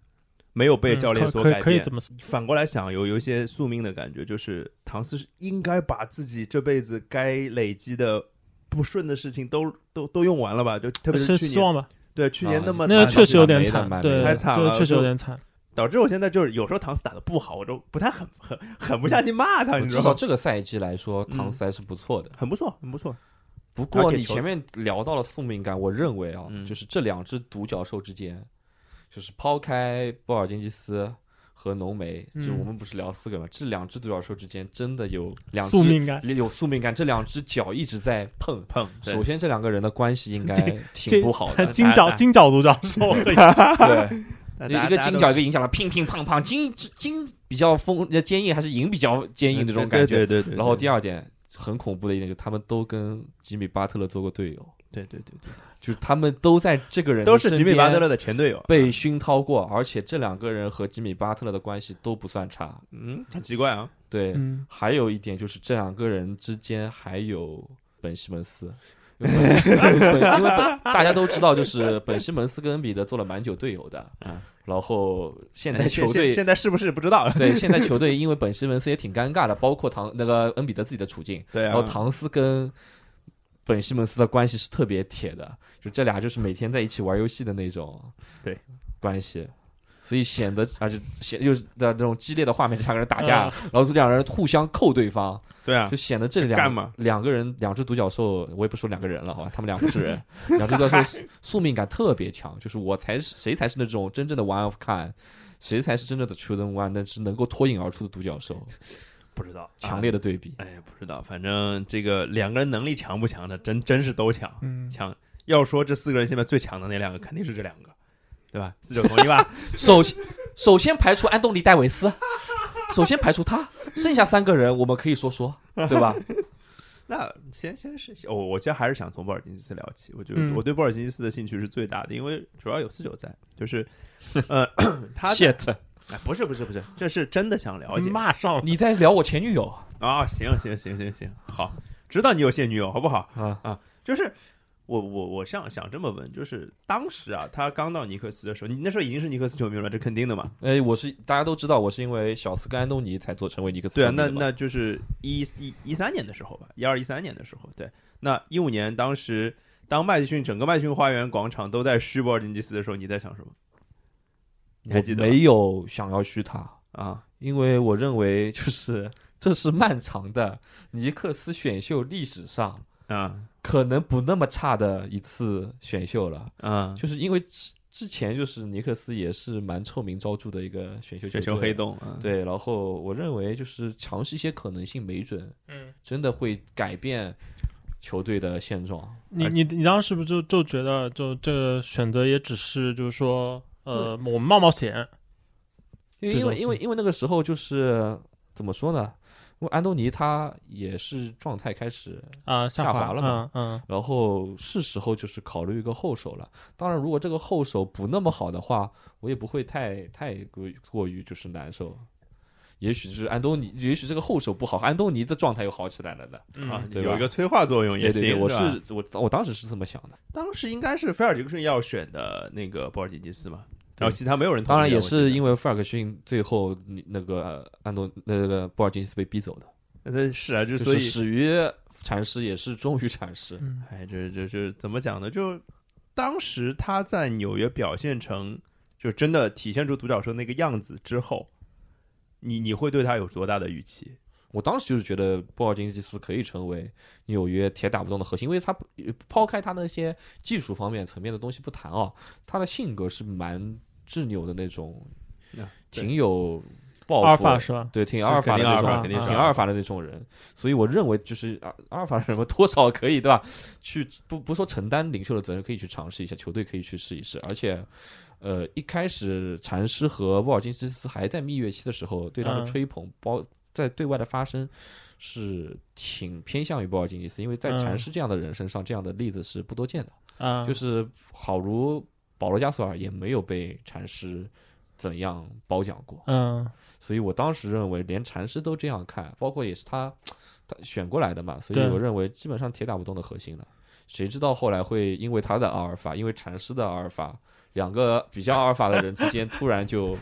没有被
嗯
教练所
可
改
可
变。
可以这么说，
反过来想，有有一些宿命的感觉，就是唐斯是应该把自己这辈子该累积的不顺的事情都都都用完了吧？就特别
是
去
希
年，
望吧。
对去年
啊
那么
那
难
个
打
确实有点
蛮
惨
蛮，
对，
蛮惨
这
了
个确实有
就
点惨。
导致我现在就是有时候唐斯打的不好，我都不太狠狠狠不下去骂他，你知
至
道
少
吗？
这个赛季来说，唐斯还是不错的。
很不错，很不错。
不
而
过
且
你
球
前面聊到了宿命感，我认为啊，
嗯
就是这两只独角兽之间，就是抛开波尔津吉斯和浓眉，
嗯
就我们不是聊四个嘛，这两只独角兽之间真的有两只
宿命感，
有宿命感，这两只脚一直在碰。
碰，对 [laughs]
首先，这两个人的关系应该挺
这，
不好的
金
哎
角
哎
金角独角兽，
对，
大
一
家
个
大家
金
都
角，一个银角，乒乒乓乓，金金比较锋呃坚硬，还是银比较坚硬这种感觉。
对对对对。
然后第
二，
二点很恐怖的一点就是他们都跟吉米巴特勒做过队友，
对对对对，
就是他们都在这个人的
都是吉米巴特
身
勒
边
的前队友。
被熏陶过，而且这两个人和吉米巴特勒的关系都不算差。
嗯，很奇怪啊。
对，
嗯，
还有一点就是这两个人之间还有本西蒙斯。因为本西本因为本大家都知道，就是本西蒙斯跟恩比德做了蛮久队友的
[laughs] 嗯，
然后现在
哎
球队
现在 [laughs] 是不是不知道？
对现在球队因为本西蒙斯也挺尴尬的，包括唐那个恩比德自己的处境，
对啊
然后，唐斯跟本西蒙斯的关系是特别铁的，就这俩就是每天在一起玩游戏的那种，
对
关系，所以显得而且显又是的那种激烈的画面，这两个人打架，然后这两个人互相扣对方，
对嗯啊
就，显得这
干
两
嘛
两个人两只独角兽，我也不说两个人了，好吧，他们俩不是
[laughs]
人，两只独角兽宿命感特别强，就是我才是谁才是那种真正的 one of kind。谁才是真正的 chosen one？那是能够脱颖而出的独角兽，
不知道，
强烈的对比。
哎，不知道，反正这个两个人能力强不强的，真真是都强，
嗯
强。要说这四个人现在最强的那两个，肯定是这两个，对吧？四九同意吧？ [laughs]
首先首先排除安东尼戴维斯，首先排除他，剩下三个人我们可以
[laughs]
说说，对吧？
那先先是我、我其实还是想从波尔津吉斯聊起。我觉得
嗯
我对波尔津吉斯的兴趣是最大的，因为主要有四九在，
[laughs]
就是呃，他的
shit，
哎不是不是不是，这是真的想了解
骂上了
你在聊我前女友
啊、行行行行行，好，知道你有现女友好不好？
啊？
就是我我我想想这么问，就是当时啊，他刚到尼克斯的时候，你那时候已经是尼克斯球迷了，这肯定的嘛。
哎，我是大家都知道，我是因为小斯跟安东尼才做成为尼克斯
对啊，
球迷
那
的嘛。
那就是一一一三年的时候吧，一二一三年的时候，对。那一五年当时当麦迪逊整个麦迪逊花园广场都在虚波尔津吉斯的时候，你在想什么？你还记得
我
吗
没有想要嘘他，
啊？
因为我认为就是这是漫长的尼克斯选秀历史上
啊
可能不那么差的一次选秀了，
啊！
就是因为之之前就是尼克斯也是蛮臭名昭著的一个选秀球
雪球
队
黑。洞
嗯
啊，
对，然后我认为就是尝试一些可能性，没准
嗯，
真的会改变球队的现状。
你
而
你你当时是不是就就觉得就这个选择也只是就是说呃我们冒冒险，
因为
这
因为
种
因为因为那个时候就是怎么说呢？因为安东尼他也是状态开始，
啊、
下滑
滑
了嘛
嘛，嗯
然后是时候就是考虑一个后手了。当然，如果这个后手不那么好的话，我也不会太太过于过于就是难受。也许就是安东尼，也许这个后手不好，安东尼的状态又好起来了呢。
嗯
啊
嗯，
对吧
有一个催化作用
对
也
对
行，
对，我
吧
是我我当时是这么想的。
当时应该是菲尔杰克逊要选的那个波尔津吉斯嘛，
对
然后其他没有人同意啊。
当然也是
为
因为菲尔克逊最后你那个呃安东那个波尔津斯被逼走的，
那是啊，就
就
所
是
以
始于禅师，也是终于禅师。
嗯
哎，这这这怎么讲呢？就当时他在纽约表现成，就真的体现出独角兽那个样子之后，你你会对他有多大的预期？
我当时就是觉得波尔津吉斯可以成为纽约铁打不动的核心，因为他呃抛开他那些技术方面层面的东西不谈哦，他的性格是蛮执拗的那种，
对
挺有
阿
抱
尔
负
法，是吧？
对，挺
是
阿尔法
肯
的
定阿
那
尔
法
种，
肯定
啊
是
挺
阿
阿
尔
尔
法
法的那种人，所以我认为就是阿阿尔法的人们多少可以对吧？去不不说承担领袖的责任，可以去尝试一下，球队可以去试一试。而且，呃，一开始禅师和沃尔金斯斯还在蜜月期的时候，对他的
嗯
吹捧，包在对外的发声是挺偏向于波尔津吉斯，因为在
嗯
禅师这样的人身上，这样的例子是不多见的。
嗯
啊，
就是好如保罗加索尔也没有被禅师怎样褒奖过。
嗯
所以我当时认为，连禅师都这样看，包括也是他他选过来的嘛，所以
对
我认为基本上铁打不动的核心了。谁知道后来会因为他的阿尔法，因为禅师的阿尔法，两个比较阿尔法的人之间突然就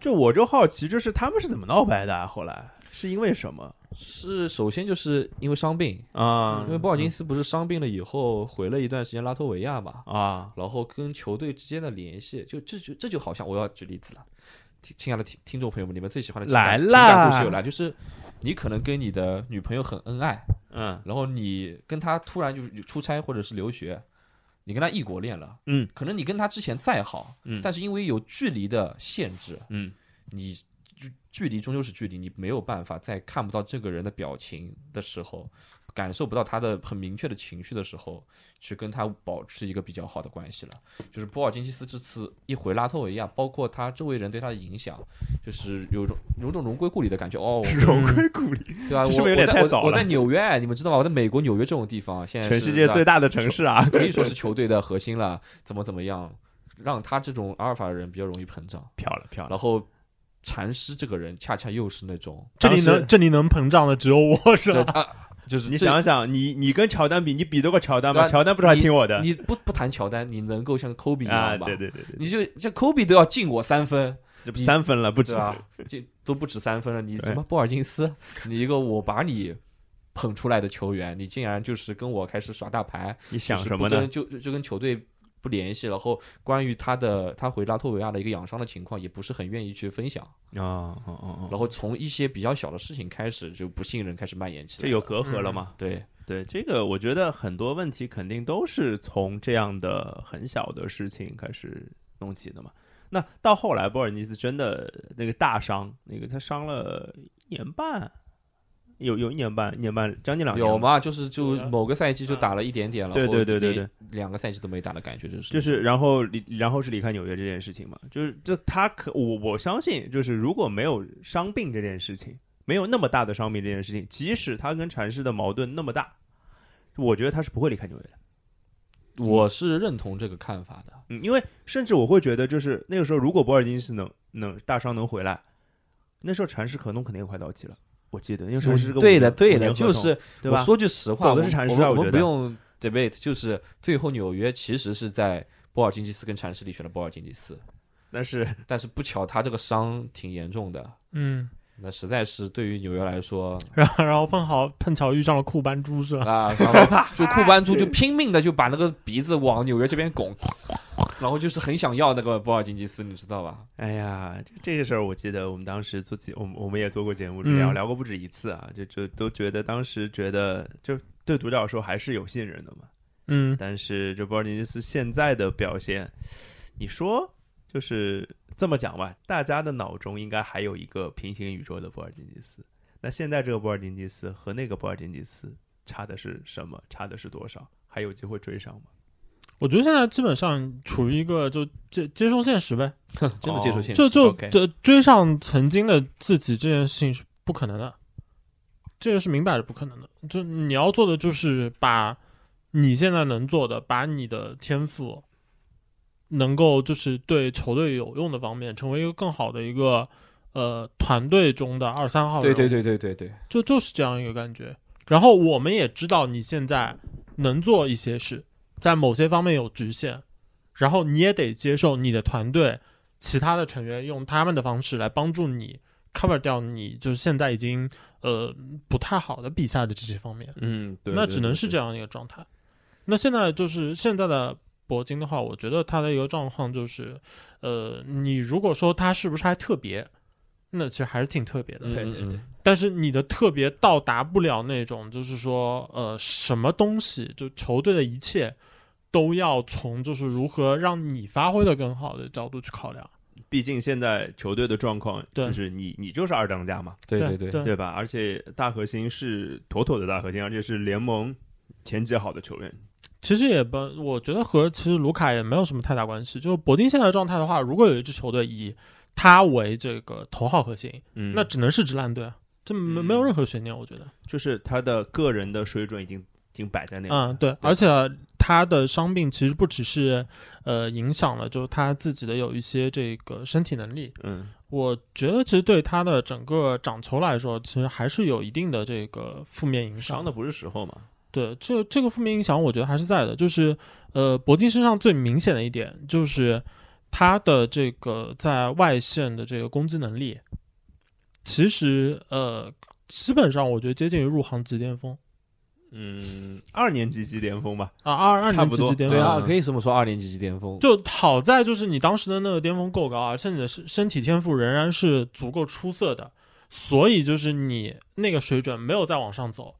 就我就好奇，就是他们是怎么闹掰的、啊？后来是因为什么
是首先就是因为伤病，
啊？
因为波尔津斯不是伤病了以后回了一段时间拉脱维亚嘛，
啊，
然后跟球队之间的联系，就这就这就好像我要举例子了，听亲爱的听听众朋友们，你们最喜欢的情
来
感情感故
啦
事有来，就是你可能跟你的女朋友很恩爱。
嗯
然后你跟他突然就是出差或者是留学，你跟他异国恋了，
嗯，
可能你跟他之前再好，
嗯
但是因为有距离的限制，
嗯
你距距离终究是距离，你没有办法在看不到这个人的表情的时候，感受不到他的很明确的情绪的时候，去跟他保持一个比较好的关系了。就是波尔津吉斯这次一回拉脱维亚，包括他周围人对他的影响，就是有种有种荣归故里的感觉。哦，
[laughs] 荣归故里，
对吧？
这
我
是不是有点
我在
太
我
早了
我在纽约，你们知道吗？我在美国纽约这种地方，现在
全
哎是
世界最
大，
大的城市啊！
可以说是球队的核心了。怎么怎么样，让他这种阿尔法的人比较容易膨胀。
漂亮漂
然
亮，
后禅师这个人恰恰又是那种，
这里
当时
能这里能膨胀的只有我是
对
吧？
他就是
你
这
想想，你你跟乔丹比，你比得过乔丹吗？
对啊
乔丹不是还听我的
你不不谈乔丹，你能够像科比一
啊？
样吧？
对对对对，
你就像科比都要进我三分，
这不
你
三分了，不止
对啊吧？这都不止三分了，你
对
什么波尔津斯，你一个我把你捧出来的球员，你竟然就是跟我开始耍大牌，
你想
就是
什么
不
呢
跟？就就就跟球队不联系，然后关于他的他回拉脱维亚的一个养伤的情况，也不是很愿意去分享。
啊哦哦
然后从一些比较小的事情开始，就不信任开始蔓延起来
这
了。
有隔阂了吗？
对，嗯
对这个，我觉得很多问题肯定都是从这样的很小的事情开始弄起的嘛。那到后来，波尔尼斯真的那个大伤，那个他伤了一年半，有有一年半，一年半将近两年
有
吧？
嘛？就是就
有的
某个赛季就打了一点点了，
对对对对对，
两个赛季都没打的感觉，就是
就是然后离然后是离开纽约这件事情嘛，就是就他可我我相信，就是如果没有伤病这件事情，没有那么大的伤病这件事情，即使他跟禅师的矛盾那么大，我觉得他是不会离开纽约的。
我是认同这个看法的。
嗯，因为甚至我会觉得，就是那个时候，如果博尔津斯能能大伤能回来，那时候禅师可能肯定也快到期了。我记得，因为禅师是个五
嗯对
年
的，对
五年
的，
合
就
同
是
对
我
吧？
说句实话，
走
我
的
们
是禅师啊
我
我
们我
觉
们
得
不用 debate，就是最后纽约其实是在波尔津吉斯跟禅师里选了波尔津吉斯，
但是
但是不巧他这个伤挺严重的，
嗯，
那实在是对于纽约来说
然后然后碰好碰巧遇上了库班猪是吧？
啊，然后就库
[laughs]
班猪就拼命的就把那个鼻子往纽约这边拱，然后就是很想要那个波尔津吉斯，你知道吧？
哎呀，这这个事儿我记得我们当时做节，我们我们也做过节目聊、
嗯
聊过不止一次啊，就就都觉得当时觉得就对独角兽还是有信任的嘛，
嗯，
但是这波尔津吉斯现在的表现，你说就是这么讲吧，大家的脑中应该还有一个平行宇宙的波尔津吉斯，那现在这个波尔津吉斯和那个波尔津吉斯差的是什么？差的是多少？还有机会追上吗？
我觉得现在基本上处于一个就接接受现实呗，
真的接受现实，
哦就就
OK
就追上曾经的自己这件事情是不可能的，这个是明摆着不可能的。就你要做的就是把你现在能做的，把你的天赋能够就是对球队有用的方面，成为一个更好的一个呃团队中的二三号人
对
物。
对对对对对，
就就是这样一个感觉。然后我们也知道你现在能做一些事，在某些方面有局限，然后你也得接受你的团队其他的成员用他们的方式来帮助你 cover 掉你就是现在已经呃不太好的比赛的这些方面。
嗯，对
那只能是这样一个状态。那现在就是现在的铂金的话，我觉得它的一个状况就是，呃，你如果说它是不是还特别，那其实还是挺特别的。
嗯
对对对
嗯
但是你的特别到达不了那种，就是说，呃，什么东西，就球队的一切都要从就是如何让你发挥的更好的角度去考量。
毕竟现在球队的状况
对
就是你你就是二当家嘛，
对对
对
对
对
对吧？而且大核心是妥妥的大核心，而且是联盟前几好的球员。
其实也不，我觉得和其实卢卡也没有什么太大关系。就是铂金现在的状态的话，如果有一支球队以他为这个头号核心，
嗯
那只能是支烂队啊，这没、
嗯
没有任何悬念，我觉得。
就是他的个人的水准已经已经摆在那里了。
嗯，对，而且他的伤病其实不只是呃影响了，就是他自己的有一些这个身体能力。
嗯，
我觉得其实对他的整个掌球来说，其实还是有一定的这个负面影响
伤的。不是时候嘛。
对，这这个负面影响，我觉得还是在的。就是，呃，铂金身上最明显的一点就是他的这个在外线的这个攻击能力，其实呃，基本上我觉得接近于入行级巅峰
嗯，二年级级巅峰吧。
啊，二二
差
年
不
级
多
级巅
对
峰。
啊，
嗯
可以这么说，二年级级巅峰，
就好在就是你当时的那个巅峰够高，而且你的身身体天赋仍然是足够出色的，所以就是你那个水准没有再往上走，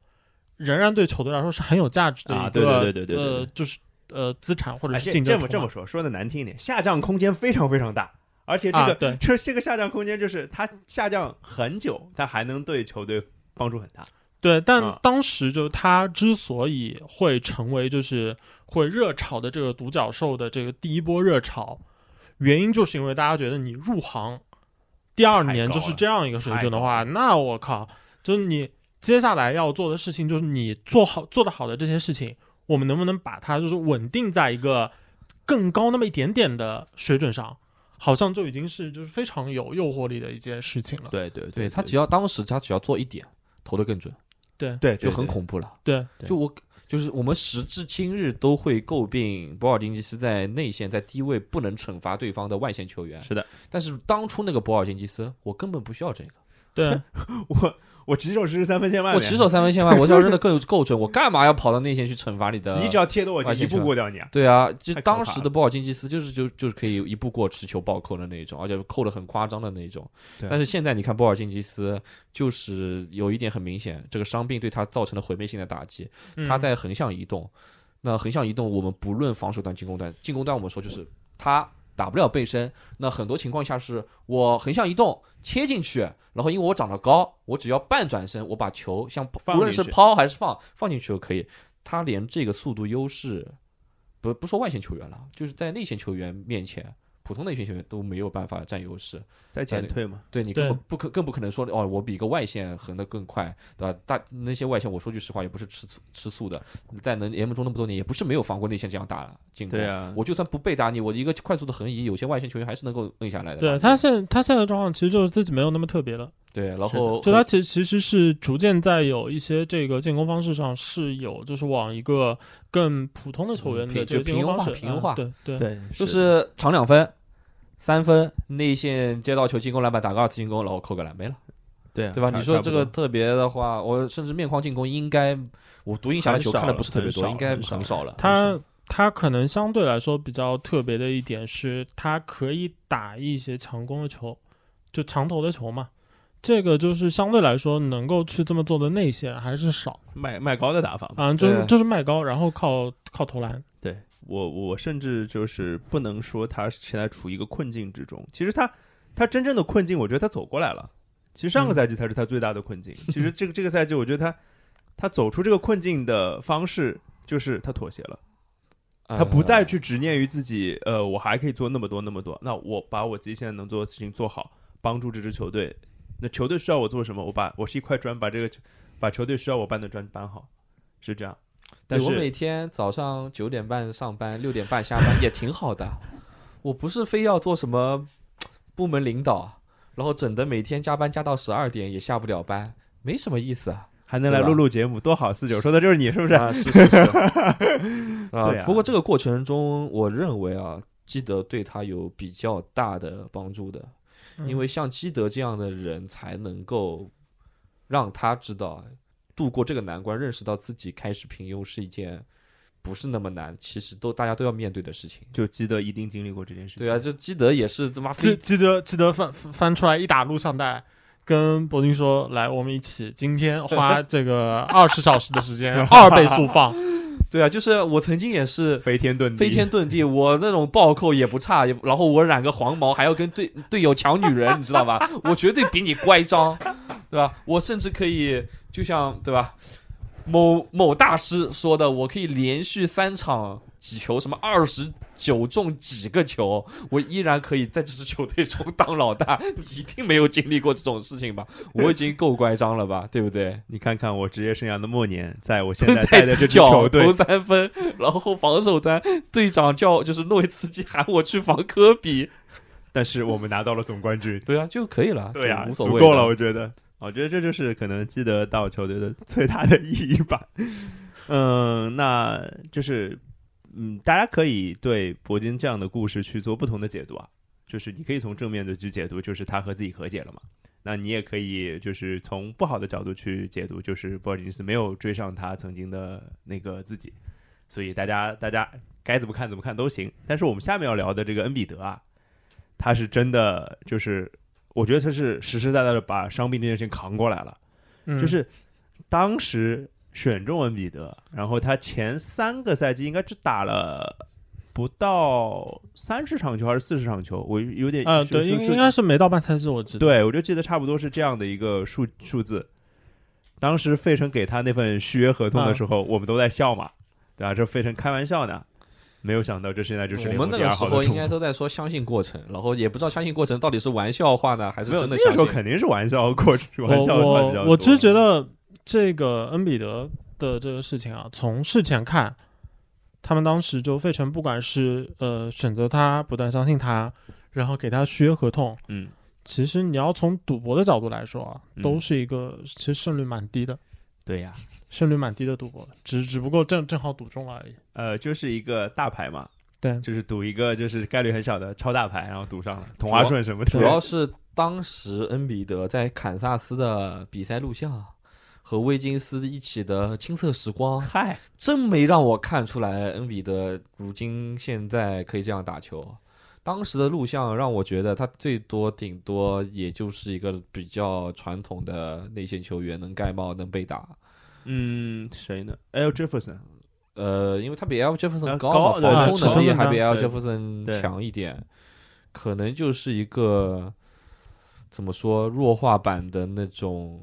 仍然对球队来说是很有价值的一个、
啊对对对对对对
呃，就是呃资产或者
哎，
是
这
竞
这
争
么
筹
这
码、
么说，说的难听一点，下降空间非常非常大。而且这
啊
个、
对
这这个下降空间就是他下降很久，他还能对球队帮助很大。
对，但
嗯
当时就他之所以会成为就是会热炒的这个独角兽的这个第一波热潮，原因就是因为大家觉得你入行第二年就是这样一个水准的话，
太
那我靠，就是你接下来要做的事情就是你做好做得好的这些事情，我们能不能把它就是稳定在一个更高那么一点点的水准上，好像就已经是就是非常有诱惑力的一件事情了。
对对
对他只
要
要当时他只要做一点，投的更准，
对
就很恐怖了。
对，
对
就我就是我们时至今日都会诟病博尔津吉斯在内线在低位不能惩罚对方的外线球员，
是的。
但是当初那个博尔津吉斯，我根本不需要这个，
对，
我我起手是三分线外面，
我起手三
[laughs]
分线外，我只要扔的更够准，我干嘛要跑到内线去惩罚你的？
啊你只要贴得我近，
外线
一步
球
过掉你啊。
对啊，就
太可怕
当时的博尔津吉斯就是就就是可以一步过持球暴扣的那一种，而且扣的很夸张的那一种。
对
但是现在你看博尔津吉斯，就是有一点很明显，这个伤病对他造成了毁灭性的打击。
[laughs]
他
嗯
在横向移动，那横向移动我们不论防守端、进攻端，进攻端我们说就是他打不了背身，那很多情况下是我横向移动切进去，然后因为我长得高，我只要半转身，我把球像
放
无论
进
是
去
抛还是放放进去就可以。他连这个速度优势，不不说外线球员了，就是在内线球员面前，普通内线球员都没有办法占优势。
在前退嘛，
对你
对
根本不可更不可能说哦，我比一个外线横得更快，对吧？大那些外线，我说句实话，也不是吃素吃素的，在能 M 中那么多年，也不是没有防过内线这样打进攻。
啊，
我就算不被打你，我一个
啊
快速的横移，有些外线球员还是能够摁下来的吧。
对他现他现在的状况其实就是自己没有那么特别了，
对，然
是的
后
就它其其实是逐渐在有一些这个进攻方式上是有，就是往一个更普通的球员
嗯平
的这个
就
进
平
攻
庸
方
化
式，
平庸化
嗯对对，
对，
就是长两分、三分、内线接到球进攻篮板打个二次进攻，然后扣个篮没了，
对啊
对吧？
差
你说
差不
这个
多
特别的话，我甚至面框进攻应该，我独印下来球
很少
看的不是特别
了
多，
很
应该
少
很少了。
他他可能相对来说比较特别的一点是，他可以打一些强攻的球，就长投的球嘛。这个就是相对来说能够去这么做的内线还是少，
卖卖高的打法嘛。
啊，就是
对
就是卖高，然后靠靠投篮，
对我，我甚至就是不能说他现在处于一个困境之中。其实他，他真正的困境，我觉得他走过来了。其实
嗯
上个赛季才是他最大的困境。其实这个这个赛季，我觉得他他走出这个困境的方式就是他妥协了，
啊
他
呃
不再去执念于自己，呃，我还可以做那么多那么多。那我把我自己现在能做的事情做好，帮助这支球队。那球队需要我做什么？我把我是一块砖，把这个把球队需要我搬的砖搬好，是这样。但
对
是
我每天早上九点半上班，六点半下班也挺好的。我不是非要做什么部门领导，然后整的每天加班加到十二点也下不了班，没什么意思啊。
还能来录录节目，多好！四九说的就是你，是不是？
啊，
[laughs]
是是是。啊，
对啊
不过这个过程中，我认为啊，基德对他有比较大的帮助的，因
嗯
为像基德这样的人才能够让他知道度过这个难关，认识到自己开始平庸是一件不是那么难，其实都大家都要面对的事情。
就基德一定经历过这件事情。
对啊，，这基德也是他妈
记
非
记得记得翻翻出来一打录像带，跟博君说：“来，我们一起今天
[laughs]
花这个二十小时的时间，二倍速放。
对啊，就是我曾经也是
飞天遁地，
飞天遁地，我那种暴扣也不差，也然后我染个黄毛，还要跟队队友抢女人，你知道吧？我绝对比你乖张，对吧？我甚至可以，就像对吧？某某大师说的，我可以连续三场几球，什么二十九中几个球，我依然可以在这支球队中当老大。 [laughs] 你一定没有经历过这种事情吧？我已经够乖张了吧，对不对？
你看看我职业生涯的末年，在我现在带
[laughs] 在
的这支
角
球队
投，三分，然后防守端队长叫就是诺维茨基喊我去防科比，
但是我们拿到了总冠军。
对啊就可以了，
对呀、
就无所
足
谓
够了，我觉得。我觉得这就是可能基德到球队的 [laughs] 最大的意义吧。嗯，那就是嗯，大家可以对铂金这样的故事去做不同的解读啊。就是你可以从正面的去解读，就是他和自己和解了嘛。那你也可以就是从不好的角度去解读，就是波尔津斯没有追上他曾经的那个自己。所以大家大家该怎么看怎么看都行。但是我们下面要聊的这个恩比德啊，他是真的就是我觉得他是实实在在的把伤病这件事情扛过来了。
嗯”
就是当时选中恩比德，然后他前三个赛季应该只打了不到三十场球还是四十场球，我有点
呃，
就
对，应
就
应该是没到半赛季，我记得。
对我就记得差不多是这样的一个数数字。当时费城给他那份续约合
啊
同的时候，我们都在笑嘛，对吧、这费城开玩笑呢，没有想到这现在就是
我
联
们
盟
那
第
个
二
时
号
候
的
应
中
该都在说相信过程，然后也不知道相信过程到底是玩笑话呢，还是
没有
真的
那个
相
时候
信。
肯定是玩笑过玩笑
我
话比较
我我其
多
实觉得这个恩比德的这个事情啊，从事前看，他们当时就费城不管是呃选择他，不断相信他，然后给他续约合同，
嗯，
其实你要从赌博的角度来说啊，
嗯
都是一个其实胜率蛮低的，
对呀、
胜率蛮低的赌博，只只不过正正好赌中了而已。
呃，就是一个大牌嘛，
对
就是赌一个就是概率很小的超大牌，然后赌上了同
主要
花顺什么的，
主要是当时恩比德在堪萨斯的比赛录像和威金斯一起的青涩时光，
嗨，
真没让我看出来恩比德如今现在可以这样打球。当时的录像让我觉得他最多顶多也就是一个比较传统的内线球员，能盖帽，能被打。
嗯，谁呢？L Jefferson，
呃，因为他比 L Jefferson
呃
高嘛，
高对
防空
尺
能
寸
力
更
还
大
比 L
对
Jefferson
对
强一点，可能就是一个怎么说弱化版的那种。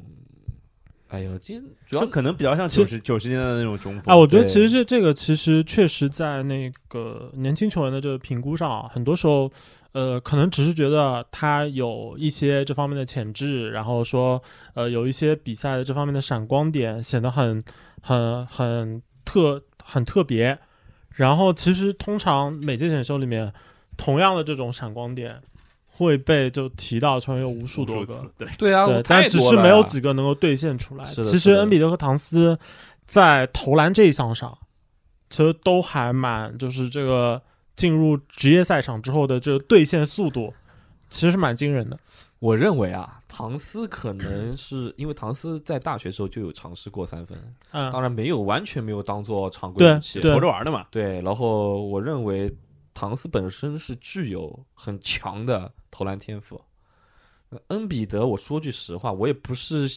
哎呦，今天主要
就可能比较像
其
九
实
十九十年代的那种中锋
啊，我觉得
对
其实这这个其实确实在那个年轻球员的这个评估上啊，很多时候，呃，可能只是觉得他有一些这方面的潜质，然后说，呃，有一些比赛的这方面的闪光点，显得很很很特很特别。然后其实通常每届选秀里面，同样的这种闪光点。会被就提到成为有无数多
数
个
次，，对，
对啊，
对，
我太
但只
多
是
了
没有
呀
几个能够兑现出来。
是的
其
是
实
的
恩比德和唐斯在投篮这一项上，其实都还蛮就是这个进入职业赛场之后的这个兑现速度，其实是蛮惊人的。
我认为啊，唐斯可能是因为唐斯在大学时候就有尝试过三分，
嗯
当然没有完全没有当做常规
对
武器。
对
活着玩的嘛，
对然后我认为唐斯本身是具有很强的投篮天赋。那恩比德，我说句实话，我也不是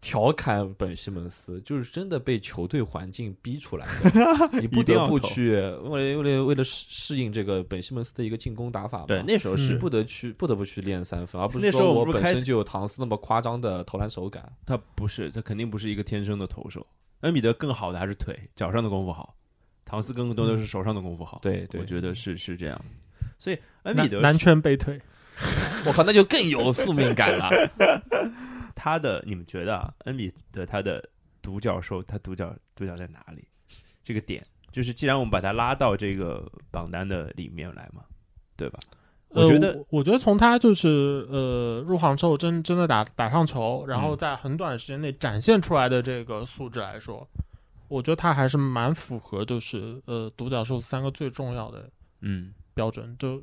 调侃本西蒙斯，就是真的被球队环境逼出来的，
[laughs]
你不
一定
得
要
不
投
去为了为了为了适适应这个本西蒙斯的一个进攻打法嘛。
对，那时候
嗯
是
不得去不得不去练三分，而不是
那时候
说
我
我
们不是
本
开
身
始
就有唐斯那么夸张的投篮手感。
他不是，他肯定不是一个天生的投手。恩比德更好的还是腿，脚上的功夫好；唐斯更多的是手上的功夫好。
嗯对对
我，觉得是是这样。所以恩比
南
德
南
是
拳北腿，
我靠，那就更有宿命感 [laughs] 了。
他的，你们觉得啊，恩比德他的独角兽，他独角独角在哪里？这个点就是，既然我们把它拉到这个榜单的里面来嘛，对吧？我觉得
呃、我我觉得从他就是呃入行之后真真的打打上球，然后
嗯
在很短的时间内展现出来的这个素质来说，我觉得他还是蛮符合就是呃独角兽三个最重要的
嗯，，
标准，就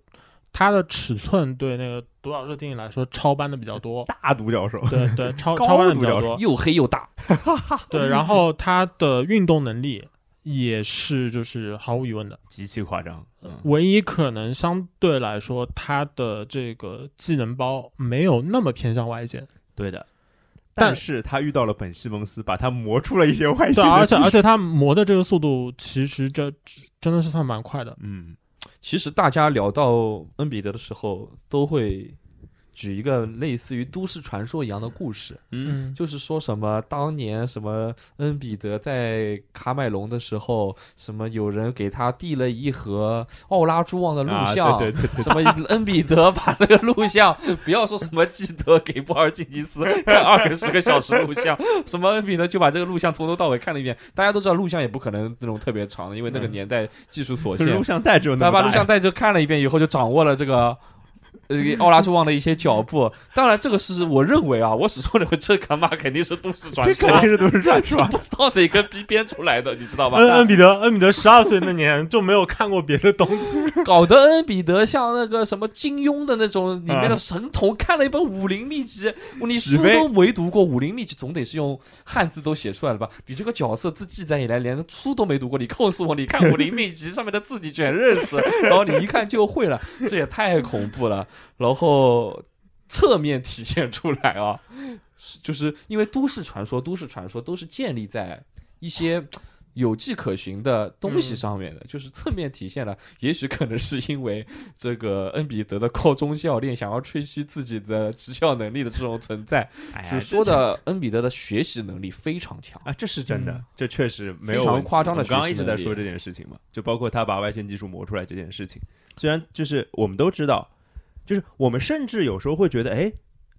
它的尺寸对那个独角兽定义来说超搬的比较多
大独角兽，
对对， [laughs] 超
高
超搬的比
独角
较
兽
多，
又黑又大，
对，然后它的运动能力也是就是毫无疑问的，
极其夸张。嗯，
唯一可能相对来说它的这个技能包没有那么偏向外线，
对的。
但
但是他遇到了本西蒙斯，把他磨出了一些外
对，
线的
而且
技
而
术
且它磨的这个速度其实这真的是算蛮快的，
嗯，
其实大家聊到恩比德的时候，都会举一个类似于都市传说一样的故事，
嗯
嗯，
就是说什么当年什么恩比德在卡麦隆的时候，什么有人给他递了一盒奥拉朱旺的录
啊
像，
对对对
什么恩比德把那个录像，不要说什么基德给波尔津吉斯看二十个小时录像，什么恩比德就把这个录像从头到尾看了一遍。大家都知道录像也不可能那种特别长的，因为那个
嗯
年代技术所
对，就是 [laughs]
限
录，像带只有那
他
么
把
大
录
呀
像带就看了一遍以后，就掌握了这个。呃，这个奥拉朱旺的一些脚步，当然这个是我认为啊，我始终认为这他妈肯定是都市传
这
说
肯，定是都是嗯乱
这
说。
不知道哪个逼编出来的，你知道吧？
恩恩比德，恩比德十二岁那年就没有看过别的东西，
[laughs] 搞得恩比德像那个什么金庸的那种里面的神童，看了一本武林秘籍，你
纸
书
飞
都没读过，武林秘籍总得是用汉字都写出来了吧？你这个角色自记载以来连书都没读过，你告诉我你看武林秘籍上面的字你全认识，然后你一看就会了，这也太恐怖了。然后侧面体现出来啊，是就是因为都市传说，都市传说都是建立在一些。有迹可循的东西
嗯
上面的，就是侧面体现了，也许可能是因为这个恩比德的高中教练想要吹嘘自己的执教能力的这种存在，
哎呀
是说的恩比德的学习能力非常强。
啊，这是真的
嗯，
这确实没有
非常
问题
夸张的
我刚刚
学
一
习
直在
能力啊
说这件事情嘛，就包括他把外线技术磨出来这件事情。虽然就是我们都知道，就是我们甚至有时候会觉得，哎，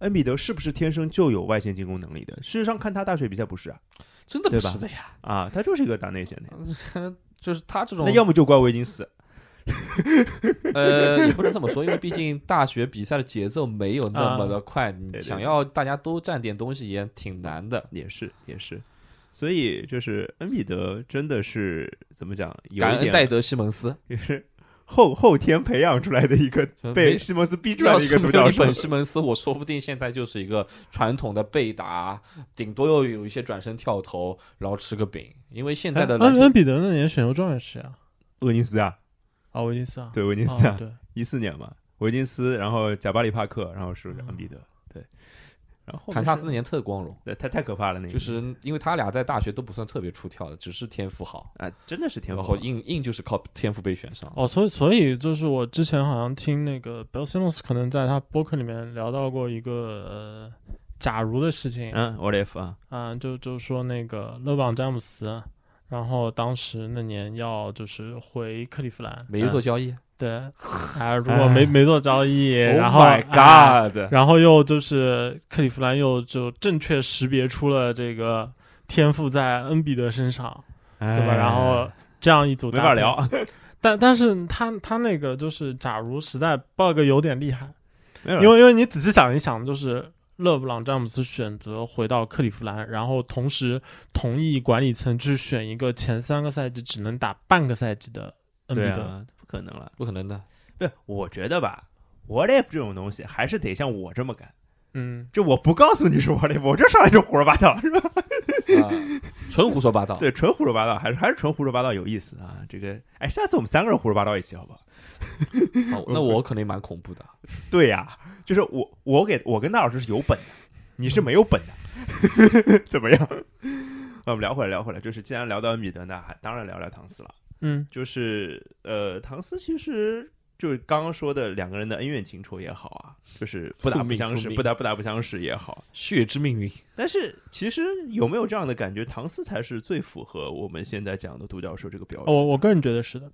恩比德是不是天生就有外线进攻能力的？事实上，看他大学比赛不是啊，
真的不
对吧
是的呀，
啊，他就是一个打内线的。
嗯就是他这种
那要么就怪维金斯，
呃，也不能这么说，因为毕竟大学比赛的节奏没有那么的快，
对
你
啊对
想要大家都占点东西也挺难的。
也是也是。所以就是恩比德真的是怎么讲，有
感
一
恩戴
点
德西蒙斯，
也是后后天培养出来的一个
嗯
被
没
西蒙斯逼出来
要
的一个
是
独
没
角
有你
兽
本。西蒙斯，我说不定现在就是一个传统的背打，顶多又有一些转身跳投，然后吃个饼。因为现在的篮
恩
球
恩比德那年选秀状元是谁啊？
维金斯啊，
啊，维金斯啊，
对维金斯
哦
啊
啊，，
对，
一四年嘛，维金斯，然后贾巴里帕克，然后是恩比德，对，然后
嗯坎萨斯那年特光荣，
对，太太可怕了，那个
就是因为他俩在大学都不算特别出挑的，只是天赋好，
啊，真的是挺
然
好
后。硬硬就是靠天赋被选上。
哦，所以所以就是我之前好像听那个 Bill Simmons 可能在他播客里面聊到过一个呃，假如的事情，
嗯，what if 啊？
啊、就就说那个勒布朗詹姆斯，然后当时那年要就是回克利夫兰，
没
嗯
做交易
对，啊、如果
哎
没没做交易，然后、
，Oh my
啊
God！
然后又就是克利夫兰又就正确识别出了这个天赋在恩比德身上，对
对
吧？然后这样一组
哎没
搭
法
配
聊，
但但是他他那个就是，假如实在 bug 有点厉害，
没有
因为因为你仔细想一想，就是勒布朗詹姆斯选择回到克利夫兰，然后同时同意管理层去选一个前三个赛季只能打半个赛季的
对
NBA 的。
啊，不可能了。
不可能的。
不是，我觉得吧，what if 这种东西还是得像我这么干，
嗯，
就我不告诉你是 what if，我这上来就胡说八道，是吧？
啊，纯胡说八道。
对，纯胡说八道，还是还是纯胡说八道有意思啊。这个，哎，下次我们三个人胡说八道一起，好不好？嗯
哦那我肯定蛮恐怖的。
对呀、就是我，我给我跟大老师是有本的，你是没有本的， [laughs] 怎么样？啊我们聊回来，聊回来，就是既然聊到米德那，还当然聊聊唐斯了。
嗯，
就是呃，唐斯其实就是刚刚说的两个人的恩怨情仇也好啊，就是不打
宿
不
命
相
宿
识，
命
不打不打不相识也好。
血之命运，
但是其实有没有这样的感觉，唐斯才是最符合我们现在讲的独角兽这个标
哦
准，
哦我我个人觉得是的。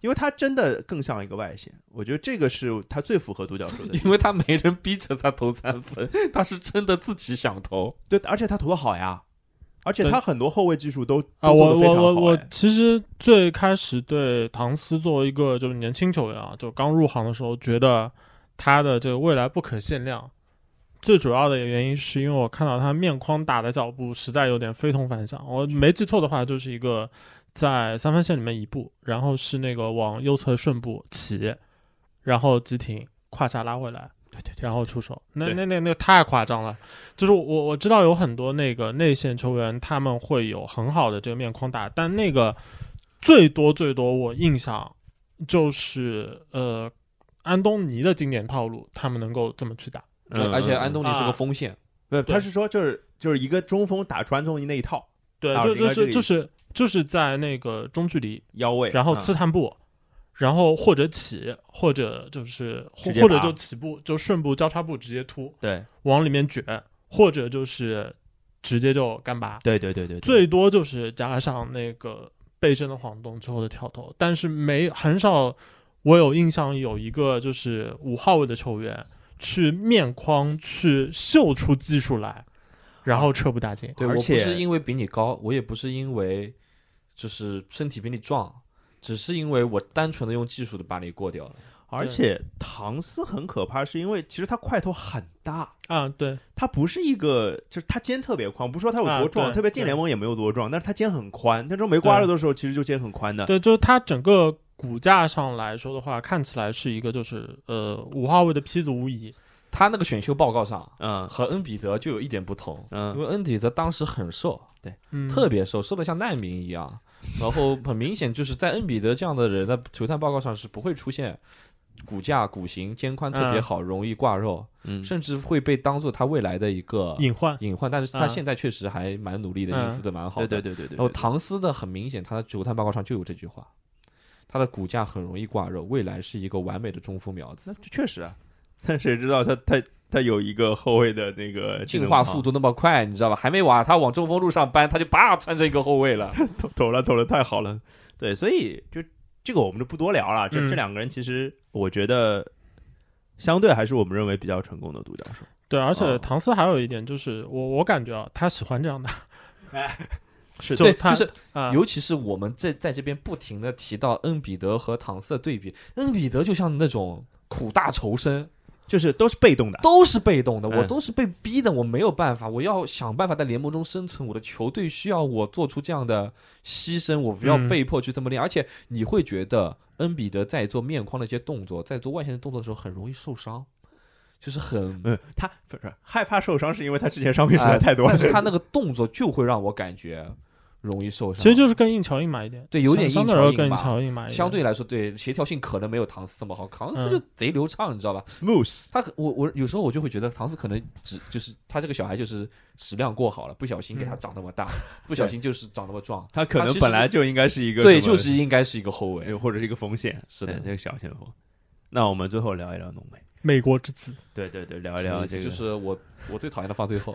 因为他真的更像一个外线。我觉得这个是他最符合独角兽的地
因
方，
为他没人逼着他投三分，他是真的自己想投。
对，而且他投的好呀，而且
对
他很多后卫技术都
啊，
都
我
做得非
我
常
我
好
我
哎。
其实最开始对唐斯作为一个就是年轻球员啊，就刚入行的时候，觉得他的这个未来不可限量。最主要的原因是因为我看到他面框打的脚步实在有点非同凡响。我没记错的话，就是一个在三分线里面移步，然后是那个往右侧顺步起，然后急停，胯下拉回来，
对对对，
然后出手，那
对
那那那个太夸张了。就是我我知道有很多那个内线球员，他们会有很好的这个面框打，但那个最多最多我印象就是呃安东尼的经典套路，他们能够这么去打。
嗯
而且安东尼是
啊
个锋线，
不是，
对
他是说就是就是一个中锋打穿中锋那一套
对，
啊
就
这个
就
这个
是就是就是在那个中距离，
腰位，
然后
嗯
刺探步，然后或者起，或者就是或
直接
或者
拔
就起步，就顺步交叉步直接突
对
往里面卷，或者就是直接就干拔。
对对对对，对
最多就是加上那个背身的晃动之后的跳投，但是没很少。我有印象有一个就是五号位的球员去面框去秀出技术来，然后撤步打进。
对我
而
不
且
是因为比你高，我也不是因为就是身体比你壮，只是因为我单纯的用技术的把你过掉了。
而且唐斯很可怕，是因为其实他块头很大，
啊，对，
他不是一个就是他肩特别宽，不是说他有多壮，
啊对
特别进联盟也没有多壮，但是他肩很宽。那时候没瓜了的时候，其实就肩很宽的。
对，就是他整个骨架上来说的话，看起来是一个就是呃五号位的坯子无疑。
他那个选秀报告上
嗯
和恩比德就有一点不同，因
嗯，
为恩比德当时很瘦，
嗯，
特别瘦，瘦的像难民一样。然后很明显就是在恩比德这样的人的球探报告上是不会出现骨架、骨型、肩宽特别好、容易挂肉，
嗯
甚至会被当做他未来的一个
隐患。
隐患。但是他
嗯
现在确实还蛮努力的，
嗯
应付的蛮好
对
的。
对对对对。
然后
哦
对
唐斯的很明显，他的球探报告上就有这句话，他的骨架很容易挂肉，未来是一个完美的中锋苗子
那。确实啊， [laughs] 但谁知道他他他有一个后卫的那个啊
进化速度那么快，你知道吧？还没往他往中锋路上搬，他就叭穿成一个后
[laughs]
卫了。
投投了投了太好了。对，所以就这个我们就不多聊了。这、
嗯
这两个人其实我觉得相对还是我们认为比较成功的独角兽。
对，而
啊
且唐斯还有一点就是，我我感觉啊，他喜欢这样的
是
就
对，
他
就是
啊，
尤其是我们这在这边不停的提到恩比德和唐斯的对比，恩比德就像那种苦大仇深，
就是都是被动的。
都是被动的，我
嗯
哎
都是被逼的，我没有办法，我要想办法在联盟中生存，我的球队需要我做出这样的牺牲，我不要
嗯
被迫去这么练，而且你会觉得恩比德在做面框的一些动作，在做外线的动作的时候很容易受伤，就是
[laughs]
很
嗯，他不是害怕受伤，是因为他之前伤病实在
呃
太多了。
但是他那个动作就会让我感觉容易受伤，
其实就是更硬桥硬马一点。
对有点
相
硬
对
桥
来说
硬
更
马
硬桥硬马一点。
相对来说，对协调性可能没有唐斯这么好，唐斯
嗯
就贼流畅，你知道吧？
Smooth，
他可我我有时候我就会觉得唐斯可能只就是他这个小孩就是食量过好了，不小心给他长那么大，不小心就是长那么壮。
他可
他
能
其实
本来就应该是一个
对，
什么哎
就是应该是一个后卫。
或者是一个锋线，
是的
嗯这个小前锋。那我们最后聊一聊浓眉，
美国之子，
对对对，聊一聊
什
这
么意
个，
思就是我我最讨厌的放最 [laughs] 后，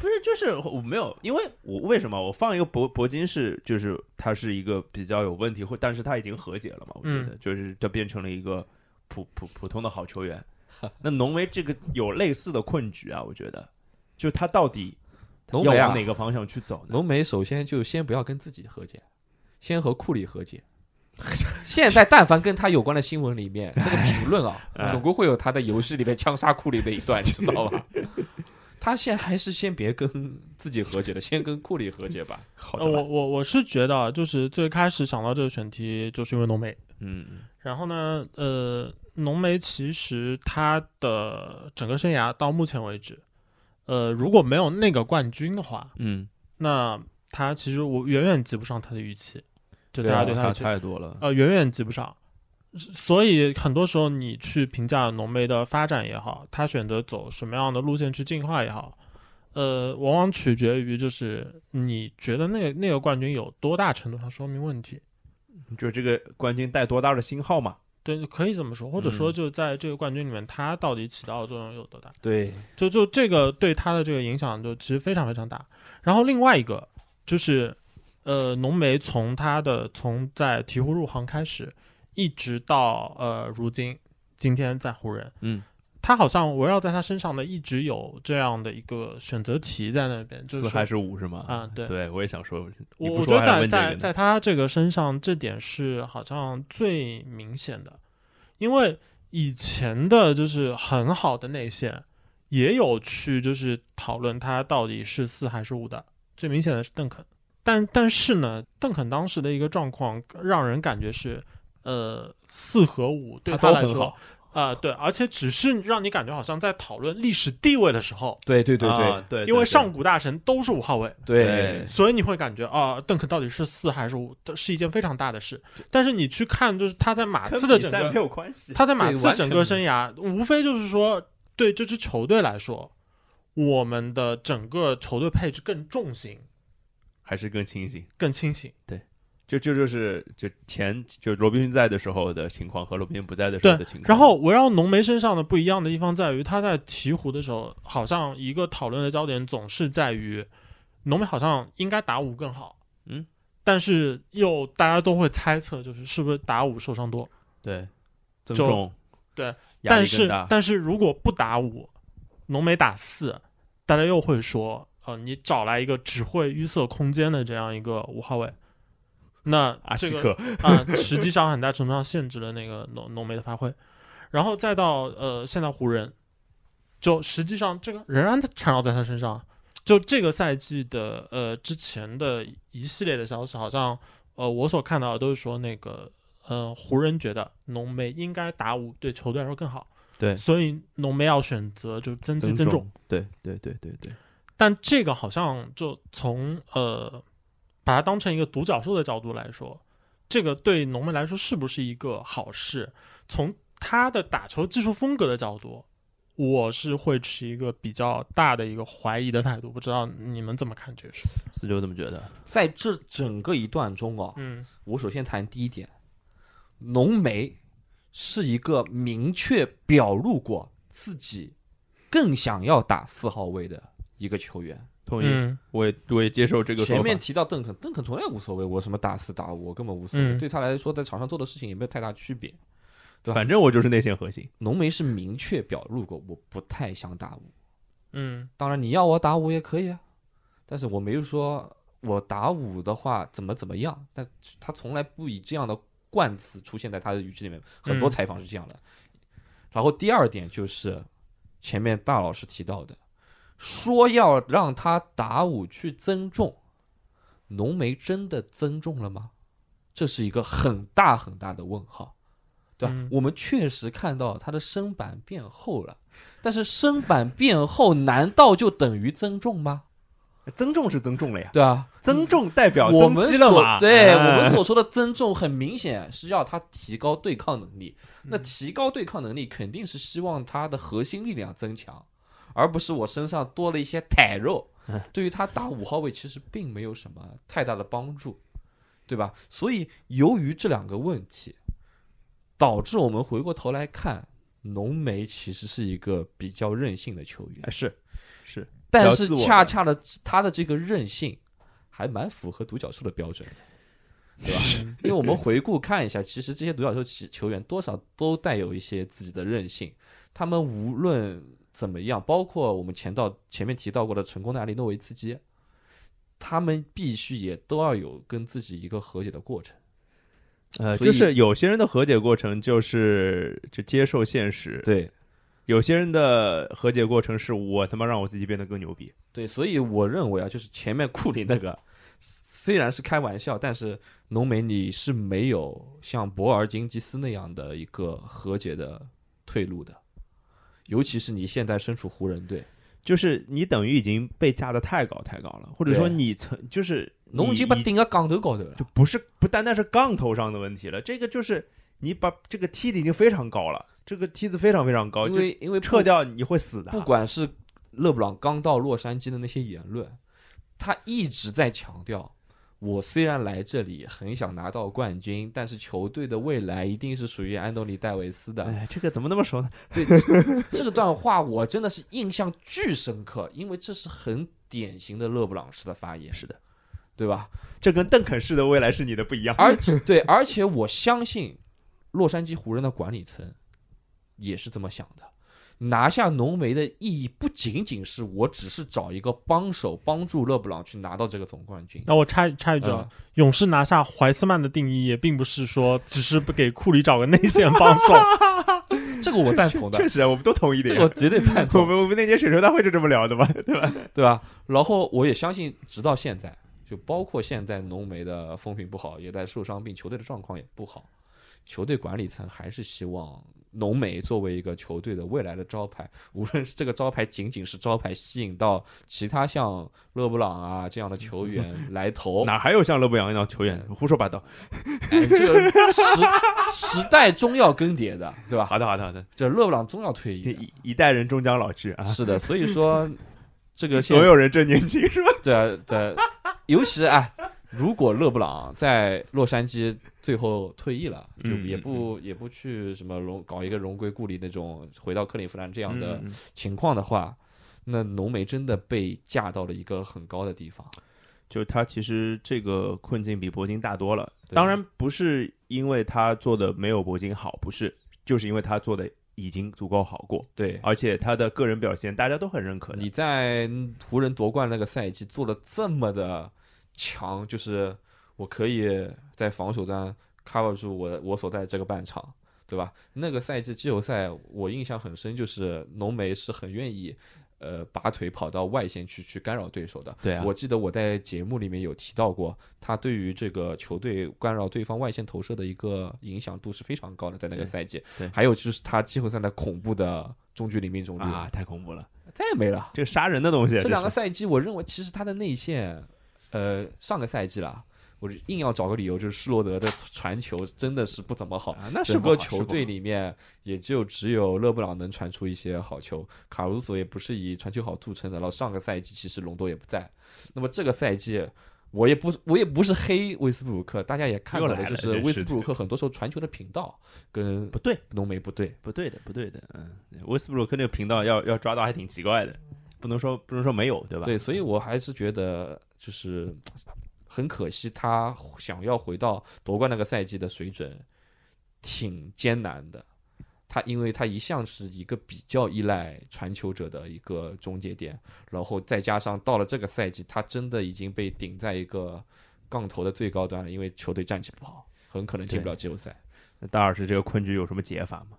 不是就是我没有，因为我为什么我放一个铂铂金是就是他是一个比较有问题，或但是他已经和解了嘛，我觉得、就是他变成了一个普普普通的好球 [laughs] 员。那浓眉这个有类似的困局啊，我觉得，就他到底
浓
要
眉啊
往哪，个方向去走呢？
浓眉首先就先不要跟自己和解，先和库里和解， [laughs] 现在但凡跟他有关的新闻里面，那个评论
哎
[laughs] 啊，总归会有他的游戏里面枪杀库里那一段，你知道吧？ [laughs] 他现在还是先别跟自己和解了，先跟库里和解吧。
好
呃
的
我
吧，
我我是觉得啊，就是最开始想到这个选题，就是因为浓眉。
嗯
然后呢，呃，浓眉其实他的整个生涯到目前为止，呃，如果没有那个冠军的话，
嗯，
那他其实我远远及不上他的预期，就大
对啊
家
对
对他
差
的期
太多了，
呃，远远及不上。所以很多时候，你去评价浓眉的发展也好，他选择走什么样的路线去进化也好，呃，往往取决于就是你觉得那个那个冠军有多大程度上说明问题。
就这个冠军带多大的星号嘛？
对，可以这么说，或者
嗯
说就在这个冠军里面，他到底起到的作用有多大？
对，
就就这个对他的这个影响，就其实非常非常大。然后另外一个就是，呃，浓眉从他的从在鹈鹕入行开始，一直到呃如今今天在湖人，
嗯，
他好像围绕在他身上的一直有这样的一个选择题在那边，就是
四
说
还是五是吗？
啊对
对，我也想说，你
我
不
我觉
说
得
还想
在
问这个
在
呢
在他这个身上，这点是好像最明显的，因为以前的就是很好的内线，也有去就是讨论他到底是四还是五的，最明显的是邓肯，但但是呢，邓肯当时的一个状况让人感觉是，呃，四和五对
他都
来
很
说
好，
啊、对，而且只是让你感觉好像在讨论历史地位的时候，
对对
啊对，
因为
对
上古大神都是五号位。
对
所以你会感觉啊，邓肯到底是四还是五，这是一件非常大的事。但是你去看，就是他在马
跟
刺的
比
整
赛没
个，
有关系，
他在马
对
刺
完
整
全
个
没
生涯，无非就是说，对这支球队来说，我们的整个球队配置更重型、
还是更清醒。
更清醒。
嗯
就就就是就前就罗宾逊在的时候的情况和罗宾逊不在的时候的情况，
然后围绕浓眉身上的不一样的地方在于，他在鹈鹕的时候，好像一个讨论的焦点总是在于，浓眉好像应该打五更好，
嗯，
但是又大家都会猜测，就是是不是打五受伤多。
对增
就
重
对，
压
但
力更
是
大，
但是如果不打五，浓眉打四，大家又会说，呃，你找来一个只会淤塞空间的这样一个五号位，那
阿
这
西
个
克 [laughs]
啊、实际上很大程度上限制了那个浓浓眉的发挥，然后再到呃，现在湖人，就实际上这个仍然在缠绕在他身上。就这个赛季的呃之前的一系列的消息，好像呃我所看到的都是说那个呃湖人觉得浓眉应该打五对球队来说更好，
对
所以浓眉要选择就是增肌
增
增重，，
对对对对对，
但这个好像就从呃把它当成一个独角兽的角度来说，这个对浓眉来说是不是一个好事？从他的打球技术风格的角度，我是会持一个比较大的一个怀疑的态度，不知道你们怎么看这个事？
四九怎么觉得？
在这整个一段中哦，
嗯
我首先谈第一点，浓眉是一个明确表露过自己更想要打四号位的一个球员。
同意，
嗯
我也我也接受这个说法。
前面提到邓肯，邓肯同样无所谓，我什么打四打五，我根本无所谓，
嗯
对他来说，在场上做的事情也没有太大区别。对吧
反正我就是内线核心，
浓眉是明确表露过，我不太想打五。
嗯
当然，你要我打五也可以啊，但是我没有说我打五的话怎么怎么样，但他从来不以这样的冠词出现在他的语气里面，很多
嗯
采访是这样的。然后第二点就是前面大老师提到的，说要让他打五去增重，浓眉真的增重了吗？这是一个很大很大的问号，对吧？
嗯
我们确实看到他的身板变厚了，但是身板变厚难道就等于增重吗？
增重是增重了呀，
对啊，
增重代表
我
增
们
肌了嘛？
所对、
哎
我们所说的增重，很明显是要他提高对抗能力。
嗯
那提高对抗能力，肯定是希望他的核心力量增强，而不是我身上多了一些袒肉。
嗯
对于他打五号位，其实并没有什么太大的帮助，对吧？所以由于这两个问题，导致我们回过头来看，浓眉其实是一个比较任性的球员
哎。是是，
但是
比较自我
恰恰的他的这个韧性还蛮符合独角兽的标准的，对吧？因为我们回顾看一下，其实这些独角兽球球员多少都带有一些自己的韧性，他们无论怎么样，包括我们前到前面提到过的成功的案例诺维茨基，他们必须也都要有跟自己一个和解的过程。呃，
就
所以
是有些人的和解过程就是就接受现实，
对
有些人的和解过程是我他妈让我自己变得更牛逼，
对，所以我认为啊，就是前面库里那个虽然是开玩笑，但是浓眉你是没有像博尔津吉斯那样的一个和解的退路的，尤其是你现在身处湖人队，
就是你等于已经被架得太高太高了，或者说
对
你曾就是
侬已
你
经把
你
顶到杠头高头了
就。不是不单单是杠头上的问题了，这个就是你把这个梯子已经非常高了，这个梯子非常非常高，
因
就
为因为
撤
不
掉你会死的。
不管是勒布朗刚到洛杉矶的那些言论，他一直在强调，我虽然来这里很想拿到冠军，但是球队的未来一定是属于安东尼戴维斯的。
哎，这个怎么那么熟呢？
这段话我真的是印象巨深刻，因为这是很典型的勒布朗式的发言，
是的，
对吧？
这跟邓肯式的未来是你的不一样。
而对，而且我相信洛杉矶湖人的管理层也是这么想的。拿下浓眉的意义不仅仅是我只是找一个帮手帮助勒布朗去拿到这个总冠军。
那我插插一句啊，
嗯
勇士拿下怀斯曼的定义也并不是说只是不给库里找个内线帮手，
嗯这个我赞同的
确，实啊，我们都同意
这
点。
个我绝对赞
[laughs] 我
同，
们我们那届选秀大会就这么聊的嘛，对吧？
对吧？然后我也相信，直到现在，就包括现在浓眉的风评不好，也在受伤病，球队的状况也不好，球队管理层还是希望浓眉作为一个球队的未来的招牌，无论是这个招牌仅仅是招牌吸引到其他像勒布朗啊这样的 [laughs] 球员来投，
哪还有像勒布朗那样球员胡说八道？
哎这个时时代终要更迭的，对吧？
好的，好的，好的，
这勒布朗终要退役的，
一一代人终将老去啊，
是的，所以说。这个现
总有人正年轻是吧？
这这，尤其是哎，如果勒布朗在洛杉矶最后退役了，就
嗯
也
嗯
不、也不去什么荣搞一个荣归故里那种回到克利夫兰这样的
嗯，
情况的话，那浓眉真的被架到了一个很高的地方。
就他其实这个困境比铂金大多了。
对
当然不是因为他做的没有铂金好，不是，就是因为他做的已经足够好过，
对，
而且他的个人表现大家都很认可的。
你在湖人夺冠那个赛季做的这么的强，就是我可以在防守端 cover 住我我所在这个半场，对吧？那个赛季季后赛我印象很深，就是浓眉是很愿意。呃，拔腿跑到外线去去干扰对手的。
对啊
我记得我在节目里面有提到过，他对于这个球队干扰对方外线投射的一个影响度是非常高的，在那个
对
赛季。
对
还有就是他季后赛的恐怖的中距离命中率
啊，，太恐怖了！
再也没了。
这个杀人的东西，啊
这两个
是
赛季，我认为其实他的内线，呃，上个赛季啦，我就硬要找个理由，就是施罗德的传球真的是不怎么好。
啊，那是
整
不好
个球队，里面，也就只有勒布朗能传出一些好球，卡鲁索也不是以传球好著称的。然后上个赛季其实隆多也不在，那么这个赛季，我也不是我也不是黑威斯布鲁克，大家也看到
又来
就
了
是
真是
威斯布鲁克很多时候传球的频道跟
不对，
浓眉不对，
不对的，不对的。嗯，威斯布鲁克那个频道要要抓到还挺奇怪的，不能说不能说没有，对吧？
对，所
嗯
以我还是觉得就是很可惜，他想要回到夺冠那个赛季的水准，挺艰难的。他因为他一向是一个比较依赖传球者的一个终结点，然后再加上到了这个赛季，他真的已经被顶在一个杠头的最高端了，因为球队战绩不好，很可能进不了季后赛。
那大老师这个困局有什么解法吗？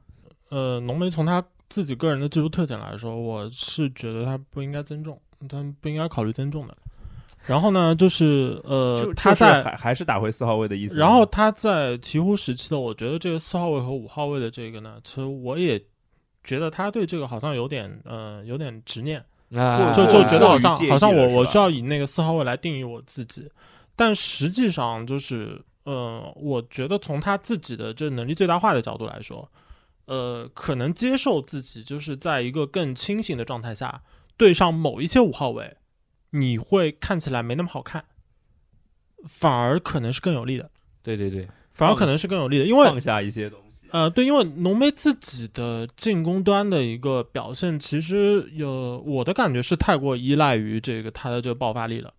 呃，浓眉从他自己个人的技术特点来说，我是觉得他不应该增重，他不应该考虑增重的。然后呢，就是呃
就，
他
就是
在
还还是打回四号位的意思吗。
然后他在鹈鹕时期的，我觉得这个四号位和五号位的这个呢，其实我也觉得他对这个好像有点呃有点执念，
啊
就就觉得好
过
像
于介意
好像我
了是吧
我需要以那个四号位来定义我自己，但实际上就是，呃，我觉得从他自己的这能力最大化的角度来说，呃，可能接受自己就是在一个更清醒的状态下对上某一些五号位，你会看起来没那么好看，反而可能是更有利的，
对对对，
反而
放
可能是更有利的，因为
放下一些东西，
呃，对，因为浓眉自己的进攻端的一个表现，其实有我的感觉是太过依赖于这个他的这个爆发力了。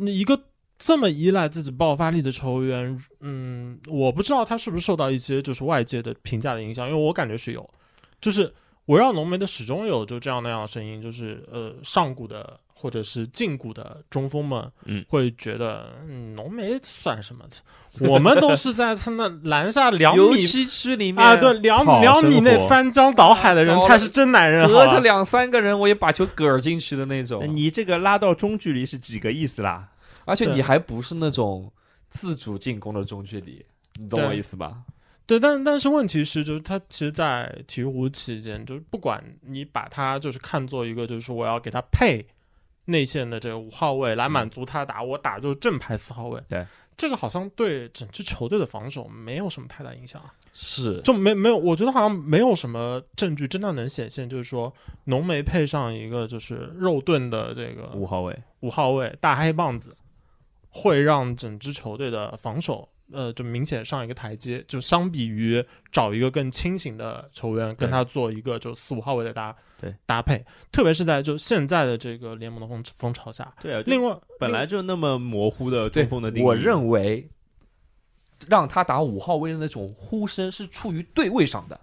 你一个这么依赖自己爆发力的球员，嗯，我不知道他是不是受到一些就是外界的评价的影响，因为我感觉是有，就是围绕浓眉的始终有就这样那样的声音，就是呃上古的或者是近古的中锋们，
嗯
会觉得嗯浓眉算什么？我们都是在那篮下两
油
米
漆区里面
啊，对，两
讨
两米
生
内
活
翻江倒海的人
搞
才
了
是真男人，
隔
好
着
吧哎
两三个人我也把球搁进去的那种。
你这个拉到中距离是几个意思啦？
而且
对
你还不是那种自主进攻的中距离，你懂我
对
意思吧？
对，但但是问题是，就是他其实，在体育湖期间，就是不管你把他就是看作一个，就是说我要给他配内线的这个五号位
嗯
来满足他打，我打就是正牌四号位。
对，
这个好像对整支球队的防守没有什么太大影响啊，
是，
就没没有，我觉得好像没有什么证据真的能显现，就是说浓眉配上一个就是肉盾的这个
五号位，
五号位大黑棒子，会让整支球队的防守，呃，就明显上一个台阶。就相比于找一个更清醒的球员跟他做一个就四五号位的搭
对
搭配，特别是在就现在的这个联盟的风风潮下。
对
呃
啊，
另外，
本来就那么模糊的
对
中锋的定义，
我认为让他打五号位的那种呼声是处于对位上的，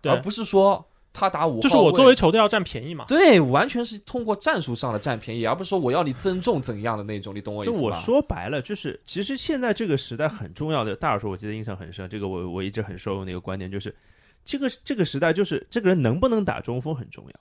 对
而不是说他打五号位
就是我作为。球队要占便宜嘛。
对，完全是通过战术上的占便宜，而不是说我要你增重怎样的那种，你懂我意
就
思吧？
我说白了，就是其实现在这个时代很重要的，大耳说我记得印象很深，这个我我一直很受用的一个观点就是，这个这个时代就是这个人能不能打中锋很重要，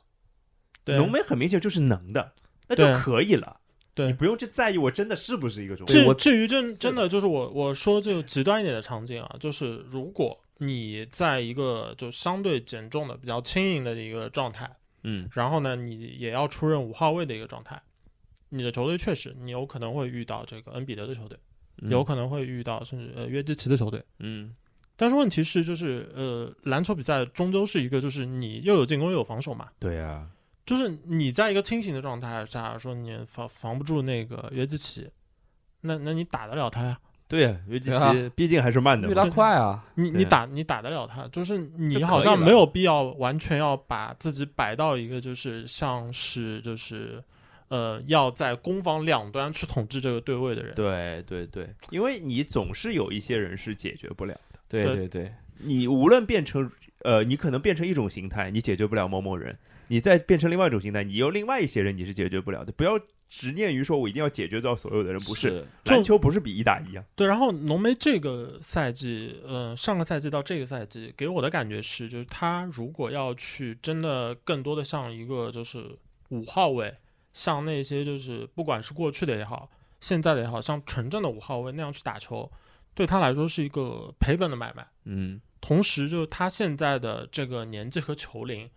对，
浓眉很明显就是能的，那就
对
可以了，
对
你不用去在意我真的是不是一个中锋
对
至
我
至于真真的就是我我说就极端一点的场景啊，就是如果你在一个就相对减重的比较轻盈的一个状态，
嗯，
然后呢，你也要出任五号位的一个状态。你的球队确实，你有可能会遇到这个恩比德的球队，
嗯
有可能会遇到甚至呃约基奇的球队。
嗯
但是问题是，就是呃，篮球比赛终究是一个，就是你又有进攻又有防守嘛。
对啊，
就是你在一个清醒的状态下，说你防防不住那个约基奇，那那你打得了他呀？
对啊，尤其
对啊
是毕竟还是慢的
因为
嘛，
他快啊，
你
对
你打你打得了他，就是
就可
你
以
好像
了
没有必要完全要把自己摆到一个就是像是就是呃要在攻防两端去统治这个对位的人。
对对对，因为你总是有一些人是解决不了的。
对
对
对对，
你无论变成呃，你可能变成一种形态，你解决不了某某人；你再变成另外一种形态，你有另外一些人你是解决不了的。不要执念于说我一定要解决到所有的人，不是。篮球不是比一打一啊，
对，然后浓眉这个赛季，呃，上个赛季到这个赛季，给我的感觉是，就是他如果要去真的更多的像一个就是五号位，像那些就是不管是过去的也好，现在的也好像纯正的五号位那样去打球，对他来说是一个赔本的买卖。
嗯，
同时，就是他现在的这个年纪和球龄，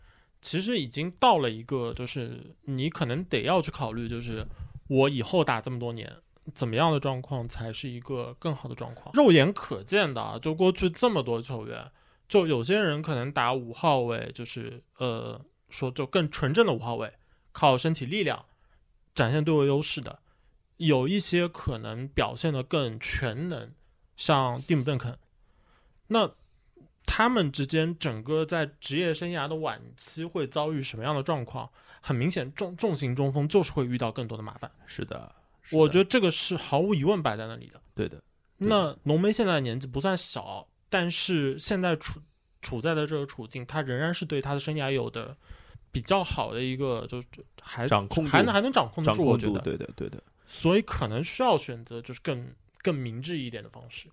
其实已经到了一个，就是你可能得要去考虑，就是我以后打这么多年，怎么样的状况才是一个更好的状况。肉眼可见的啊，就过去这么多球员，就有些人可能打五号位，就是呃，说就更纯正的五号位，靠身体力量展现对位优势的，有一些可能表现得更全能，像蒂姆·邓肯。那他们之间整个在职业生涯的晚期会遭遇什么样的状况？很明显，重重型中锋就是会遇到更多的麻烦。
是的，
我觉
得
得这个是毫无疑问摆在那里的。
对的，对
那浓眉现在的年纪不算小，但是现在处处在的这个处境，他仍然是对他的生涯有的比较好的一个，就是还
掌控
还
度
能还能掌控得
掌
住，
控
我觉
度，
得。
对的，对的。
所以可能需要选择就是更更明智一点的方式。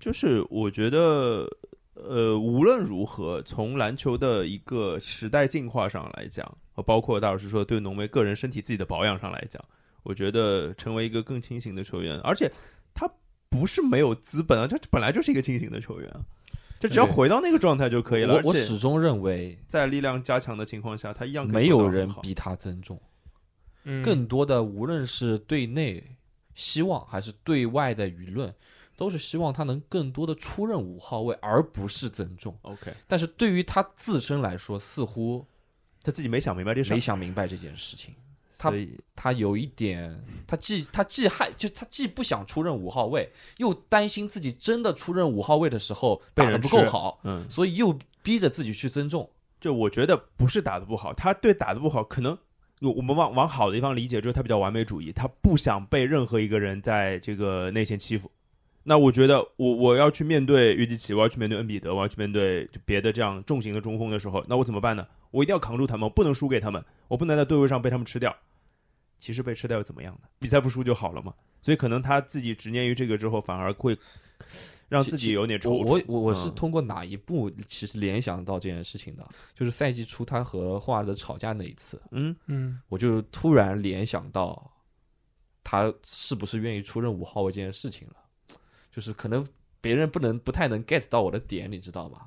就是我觉得，呃，无论如何，从篮球的一个时代进化上来讲，呃包括大老师说对浓眉个人身体自己的保养上来讲，我觉得成为一个更清醒的球员，而且他不是没有资本啊，他本来就是一个清醒的球员啊，就只要
对
回到那个状态就可以了。
我
而
我
且
始终认为
在力量加强的情况下，他一样可以
没
做到
有
很
人
好
比他增重。
嗯，
更多的无论是对内希望还是对外的舆论，都是希望他能更多的出任五号位，而不是增重。
OK，
但是对于他自身来说，似乎
他自己没想明白这事
没
儿，
想明白这件事情。他
所以
他有一点，他既他既害，就他既不想出任五号位，又担心自己真的出任五号位的时候
被
打得
人
不够
吃
好，
嗯，
所以又逼着自己去增重。
就我觉得不是打的不好，他对打的不好，可能我我们往往好的地方理解，就是他比较完美主义，他不想被任何一个人在这个内线欺负。那我觉得我我要去面对约基奇，我要去面对恩比德，我要去面对就别的这样重型的中锋的时候，那我怎么办呢？我一定要扛住他们，我不能输给他们，我不能在对位上被他们吃掉。其实被吃掉又怎么样呢？比赛不输就好了嘛。所以可能他自己执念于这个之后，反而会让自己有点
我
踌
我
躇。
我我是
嗯
通过哪一部其实联想到这件事情的？就是赛季初他和霍华德吵架那一次，
嗯
嗯
我就突然联想到他是不是愿意出任五号位这件事情了。就是可能别人不能不太能 get 到我的点，你知道吗？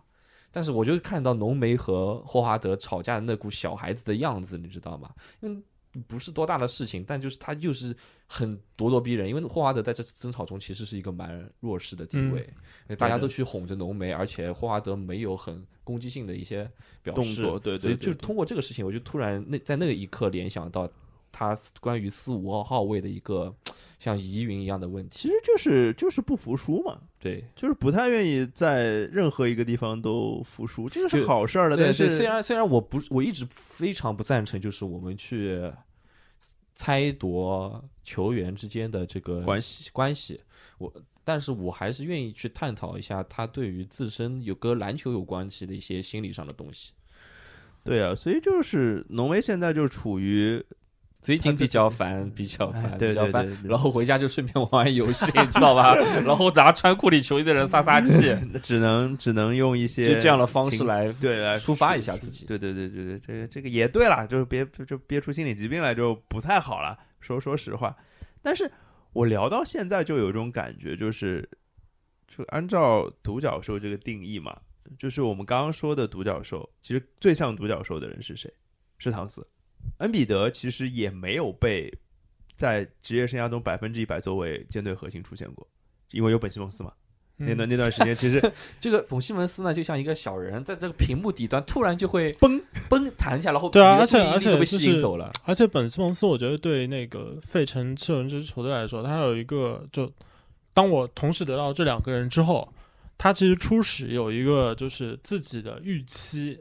但是我就看到浓眉和霍华德吵架的那股小孩子的样子，你知道吗？因为不是多大的事情，但就是他就是很咄咄逼人。因为霍华德在这次争吵中其实是一个蛮弱势的地
嗯
位，大家都去哄着浓眉，而且霍华德没有很攻击性的一些表
动
示，
作对对
所以
对
就
对
通过这个事情，我就突然那在那个一刻联想到他关于四五号号位的一个像疑云一样的问题。
其实就是就是不服输嘛，
对，
就是不太愿意在任何一个地方都服输，这个是
就
好事儿了。
对
但
对
是
虽然虽然我不是我一直非常不赞成，就是我们去猜夺球员之间的这个
关
系关系，我但是我还是愿意去探讨一下他对于自身有跟篮球有关系的一些心理上的东西。
对啊，所以就是浓眉现在就处于
最近
他这
比较 [laughs] 烦，比较
哎
烦，
对
比较
对
烦
对，对
然后回家就顺便玩玩游戏， [laughs] 你知道吧？然后拿穿库里球衣的人撒撒气，
只能只能用一些
就这样的方
嗯
式
情
来
对来
抒发一下自己。
对对对对对，这个这个也对啦，就是别就憋出心理疾病来就不太好了。说说实话，但是我聊到现在就有一种感觉，就是就按照独角兽这个定义嘛，就是我们刚刚说的独角兽，其实最像独角兽的人是谁？是唐斯。恩比德其实也没有被在职业生涯中百分之一百作为舰队核心出现过，因为有本西蒙斯嘛。
嗯
那
嗯
段那段时间其实
[laughs] 这个冯西蒙斯呢，就像一个小人，在这个屏幕底端突然就会
崩
崩弹一下，然后
对啊
你的
而且
注意力
而且
都被
就
吸引
是
走了。
而且本西蒙斯，我觉得对那个费城七人这支球队来说，他有一个就，当我同时得到这两个人之后，他其实初始有一个就是自己的预期，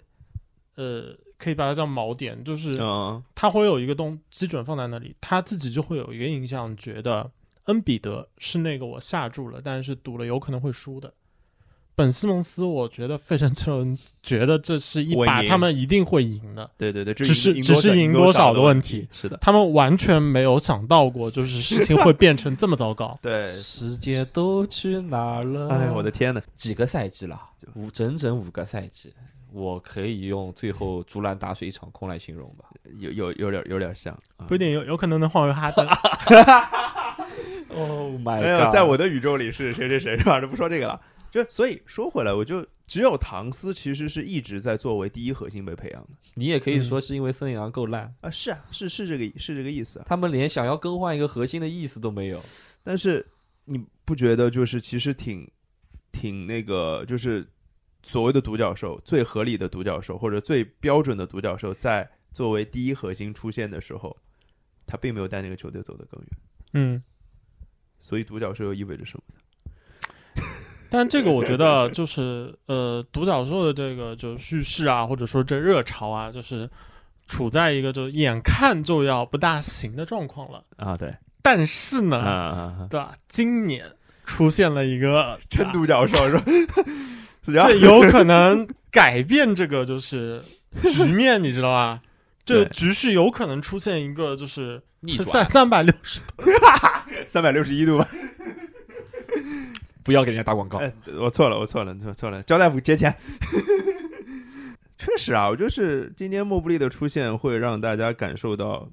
呃，可以把它叫锚点，就是
嗯，
他会有一个东基准放在那里，他自己就会有一个印象，觉得恩比德是那个我下注了，但是赌了有可能会输的。本西蒙斯，我觉得费城七人觉得这是一
我
把
赢
他们一定会赢的。
对对对，这
只是
赢
只是赢多少
少
的
问
问题，
是的。。
他们完全没有想到过，就是事情会变成这么糟糕
对，
世界都去哪儿了？
哎，我的天呐，
几个赛季了，五整整五个赛季，我可以用最后竹篮打水一场空来形容吧。
有有有点有点像，啊
[laughs] 不一定有有可能能换回哈登，
Oh my
没有，哎在我的宇宙里是谁谁 [laughs] 谁是吧？就不说这个了。就所以说回来，我就只有唐斯其实是一直在作为第一核心被培养的
你也可以说是因为森林狼够烂，
啊，是啊，是是这个是这个意思啊。
他们连想要更换一个核心的意思都没有。
但是你不觉得就是其实挺挺那个，就是所谓的独角兽最合理的独角兽或者最标准的独角兽，在作为第一核心出现的时候，他并没有带那个球队走得更远。
[laughs] 嗯，
所以独角兽又意味着什么？
但这个我觉得就是呃，独角兽的这个就是叙事啊，或者说这热潮啊，就是处在一个就眼看就要不大行的状况了。
啊，对，
但是呢，
嗯
啊，
对吧？今年出现了一个呃
[laughs]
真独角兽是吧？ [laughs] 然后
这有
[laughs]
可能改变这个就是局面，你知道吧？这
[laughs]
对
局势有可能出现一个就是
逆
三
转，
三百六十
三百六十一度吧？
不要给人家打广告。
哎，我错了，我错了，错错了，焦大夫结钱。 [laughs] 确实啊，我就是今天莫布利的出现会让大家感受到，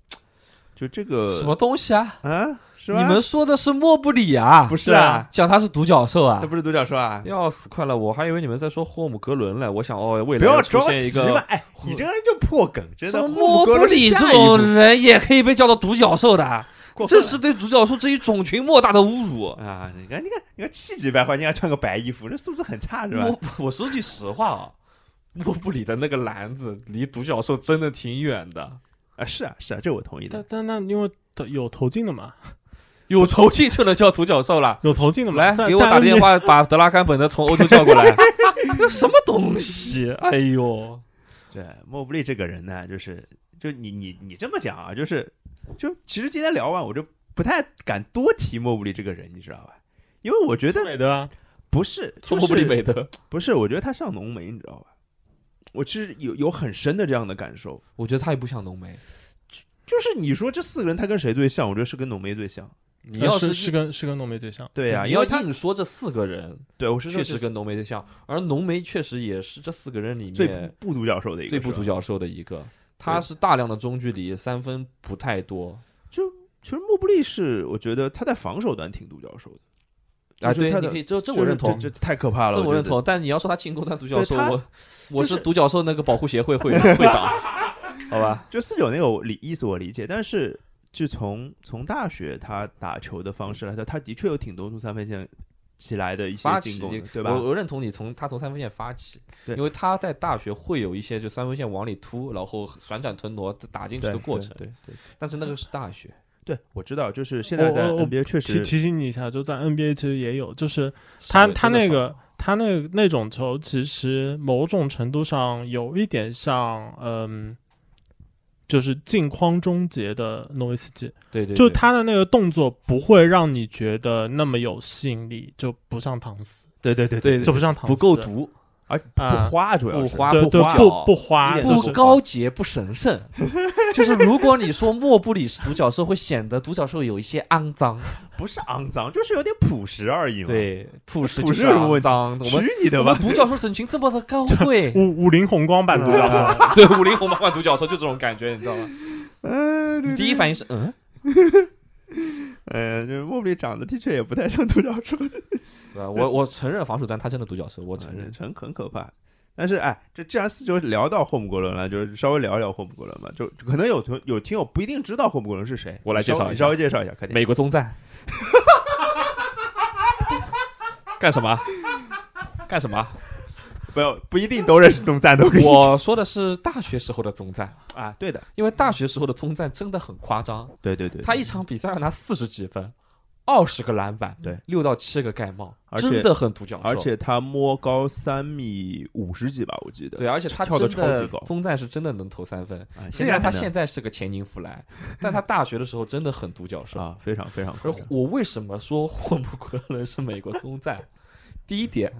就这个
什么东西啊？
啊，是吧？
你们说的是莫布里啊？
不是啊，
讲他是独角兽啊
这？不是独角兽啊？
要死快了！我还以为你们在说霍姆格伦嘞，我想哦，未
不
来
要
出
着
现一
急
个
嘛！哎，你这个人就破梗，真
什
的。
么
霍姆
莫
格
布
伦
里
下
这
一步
种人也可以被叫做独角兽的，啊
过分
这
了
是对独角兽这一种群莫大的侮辱。
啊！你看，你看，你看，气质败坏，人家穿个白衣服，这素质很差是吧？
我我说句实话啊，莫布里的那个篮子离独角兽真的挺远的，
啊，是啊，是啊，这我同意的
但。但那因为有投进的嘛，
有投进就能叫独角兽了。
有投
嗯
进的嘛，
来，
在
给我
在
打电
NBA
话，把德拉甘本的从欧洲叫
[laughs]
过来。这什么东西？哎呦，
对，莫布利这个人呢，就是就你你你这么讲啊，就是就其实今天聊完，我就不太敢多提莫布利这个人，你知道吧？因为我觉得
美德啊，
不是，就
说莫布里
是
美德，
不是，我觉得他像浓眉，你知道吧？我其实有有很深的这样的感受，
我觉得他也不像浓眉。
就是你说这四个人他跟谁最像？我觉得是跟浓眉最像。
你
呃
要
是
硬
跟是跟浓眉最像，
对呀、啊
啊你
因
要
为他
硬说这四个人
对我是
确实
跟
跟浓眉最像，而浓眉确实也是这四个人里
最
面
不独角兽的一个，
最不独
是吧。
角兽的一个。他是大量的中距离，三分不太多。
其实莫布利是，我觉得他在防守端挺独角兽的
啊，
就是
对，
他
你
的
可以这这
就是
我认同，
这这太可怕了，
这我
觉
认
得。
同。但你要说他进攻他独角兽，
对他
我我
就是
是独角兽那个保护协会会
[laughs]
会长，好吧？
就四九那个我理意思我理解，但是就从从大学他打球的方式来说，他的确有挺多从三分线起来的一些
发
进
起
攻的，对吧？
我我认同你从他从三分线发起，
对
因为他在大学会有一些就三分线往里突，然后旋转腾挪打进去
对
的过程。
对对
但是那个是大学，
对对我知道，就是现
哦
在在
我我
NBA 确
提
实
提醒你一下，就在 NBA 其实也有，就是他他那个他那那种球，其实某种程度上有一点像，嗯，就是近框终结的诺维斯基，
对对，
就
对
他的那个动作不会让你觉得那么有吸引力，就不像唐斯，
对对对
对
就不像唐斯
不够，毒，
而
啊
不花主要
不
是
花
对对
花
不不花
一点都
就
不
是
不。
高洁不神圣。就是如果你说莫布里是独角兽，会显得独角兽有一些肮脏，
不是肮脏，就是有点朴实而已嘛。，
对，啊朴实
朴
就
实
是
有什么
肮
问题
脏。我们
娶你的
我
吧
们。
[laughs]
独角兽神群这么的高 [laughs] 贵，
五五菱宏光版独角兽，
对，五菱宏光换独角兽就这种感觉，你知道吗？你第一反应是嗯，
呃，就是莫布里长得的确也不太像独角兽，
对吧我我承认防守端他真的独角兽，我承认。
啊很很可怕。但是哎，这既然四九聊到霍姆格伦了，就是稍微聊一聊霍姆格伦吧。就就可能有同有听友不一定知道霍姆格伦是谁，
我来
你稍
介绍一
你
下
稍微介绍一下，快点。
美国中战，干
[laughs]
什么？啊干什么？啊
不要不一定都认识中赞，都可以
我说的是大学时候的中战，
啊，对的，
因为大学时候的中战真的很夸张，
对对对，
他一场比赛要拿四十几分，二十个篮板，
对，
六到七个盖帽，
而且
真的很独角兽。
而且他摸高三米五十几吧，我记得。
对，而且他
跳
真
得超级
的
高
中战是真的能投三分，
啊，
虽然他
还
现在是个前宁弗
[laughs]
莱，但他大学的时候真的很独角
能
兽。
啊，非常非常
而我为什么说霍姆格伦是美国中战？第一点，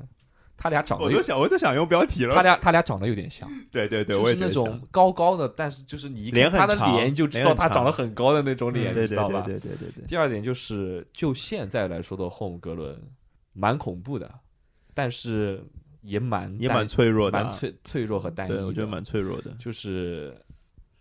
他俩长得
我
有
都想我都想用标题
他
了。
俩他俩长得有点像，
对对对，
就
我
是
也觉
那
得
种高高的，但是就是你一
脸
看
很
他的
长
脸就知
脸
道
很
他长得
长
很高的那种
像
脸，
对对
你知
对
道
对
吧？
对对对对。
第二点就是，就现在来说的霍姆格伦，蛮恐怖的，但是也蛮
也蛮
单
脆弱的啊，
蛮脆脆弱和单一
对，
的。
我觉得蛮脆弱的，
就是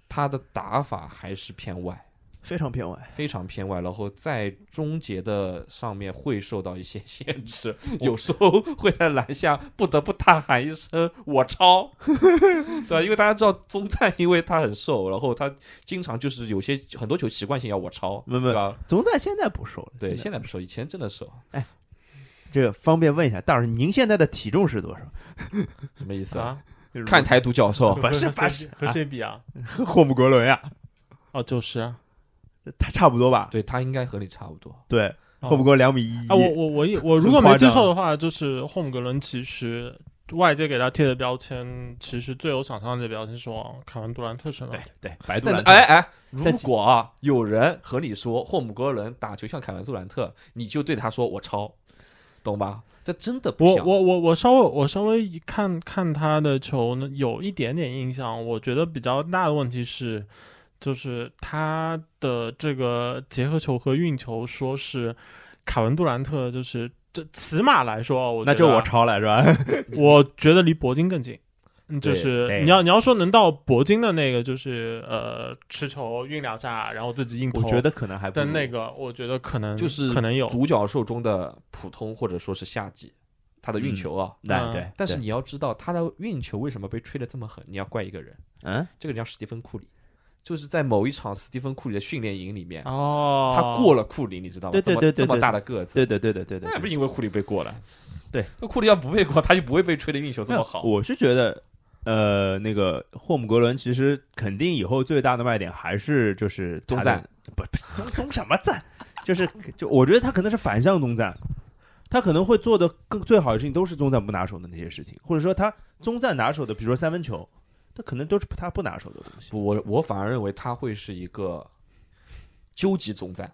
他的打法还是偏外，
非常偏外。
非常偏外，然后在终结的上面会受到一些 [laughs]
[laughs]
限制，有时候会在篮下不得不大喊一声“我超”，对吧？因为大家知道中战，因为他很瘦，然后他经常就是有些很多球习惯性要我超，
没没
对吧？
总在现在不瘦了，
对，
现
现在不瘦，以前真的瘦，
这个方便问一下，大师您现在的体重是多少？
什么意思？
啊，
看台独角兽，
不是不
和
是
谁和谁比啊？
霍姆格伦呀，
哦，就是啊，
他差不多吧？
[laughs] 对他应该和你差不多。
对，
哦
霍姆格伦两米一一
啊，我我我也我如果没记错的话，就是霍姆格伦其实外界给他贴的标签，其实最有想象力的标签是往凯文杜兰特身上
对
贴。
对，白杜
但
兰特
哎哎，如
但其
果啊有人和你说霍姆格伦打球像凯文杜兰特，你就对他说我抄，懂吧？这真的不
我
像。
我我我稍微我稍微一看看他的球呢，有一点点印象。我觉得比较大的问题是，就是他的这个结合球和运球，说是凯文杜兰特就是这起码来说，啊我觉
那
得
就我抄了是吧？ [laughs]
我觉得离铂金更近。嗯，就
对
是
对
你要你要说能到铂金的那个，就是呃持球运两下，然后自己硬投。
我觉得可能还不
啊但那
如
个我觉得可能
就是
可能有，
独角兽中的普通或者说是下级，他的运球啊。
那
嗯
对，
但是
对
你要知道，他的运球为什么被吹得这么狠？你要怪一个人，
嗯，
这个人叫史蒂芬库里，就是在某一场史蒂芬库里的训练营里面，
哦，
他过了库里，你知道吗？
对对对
这
对
么这么
对
大的个子，
对对对对对对，
那也不是因为库里被过了，
对，
那库里要不被过，他就不会被吹的运球这
那
么好。
我是觉得，呃，那个霍姆格伦其实肯定以后最大的卖点还是就是他
中
的
赞，
不不是中中什么赞，就是就我觉得他可能是反向中赞，他可能会做的更最好的事情都是中赞不拿手的那些事情，或者说他中赞拿手的，比如说三分球，他可能都是他不拿手的东西。
啊不，我我反而认为他会是一个究极中战，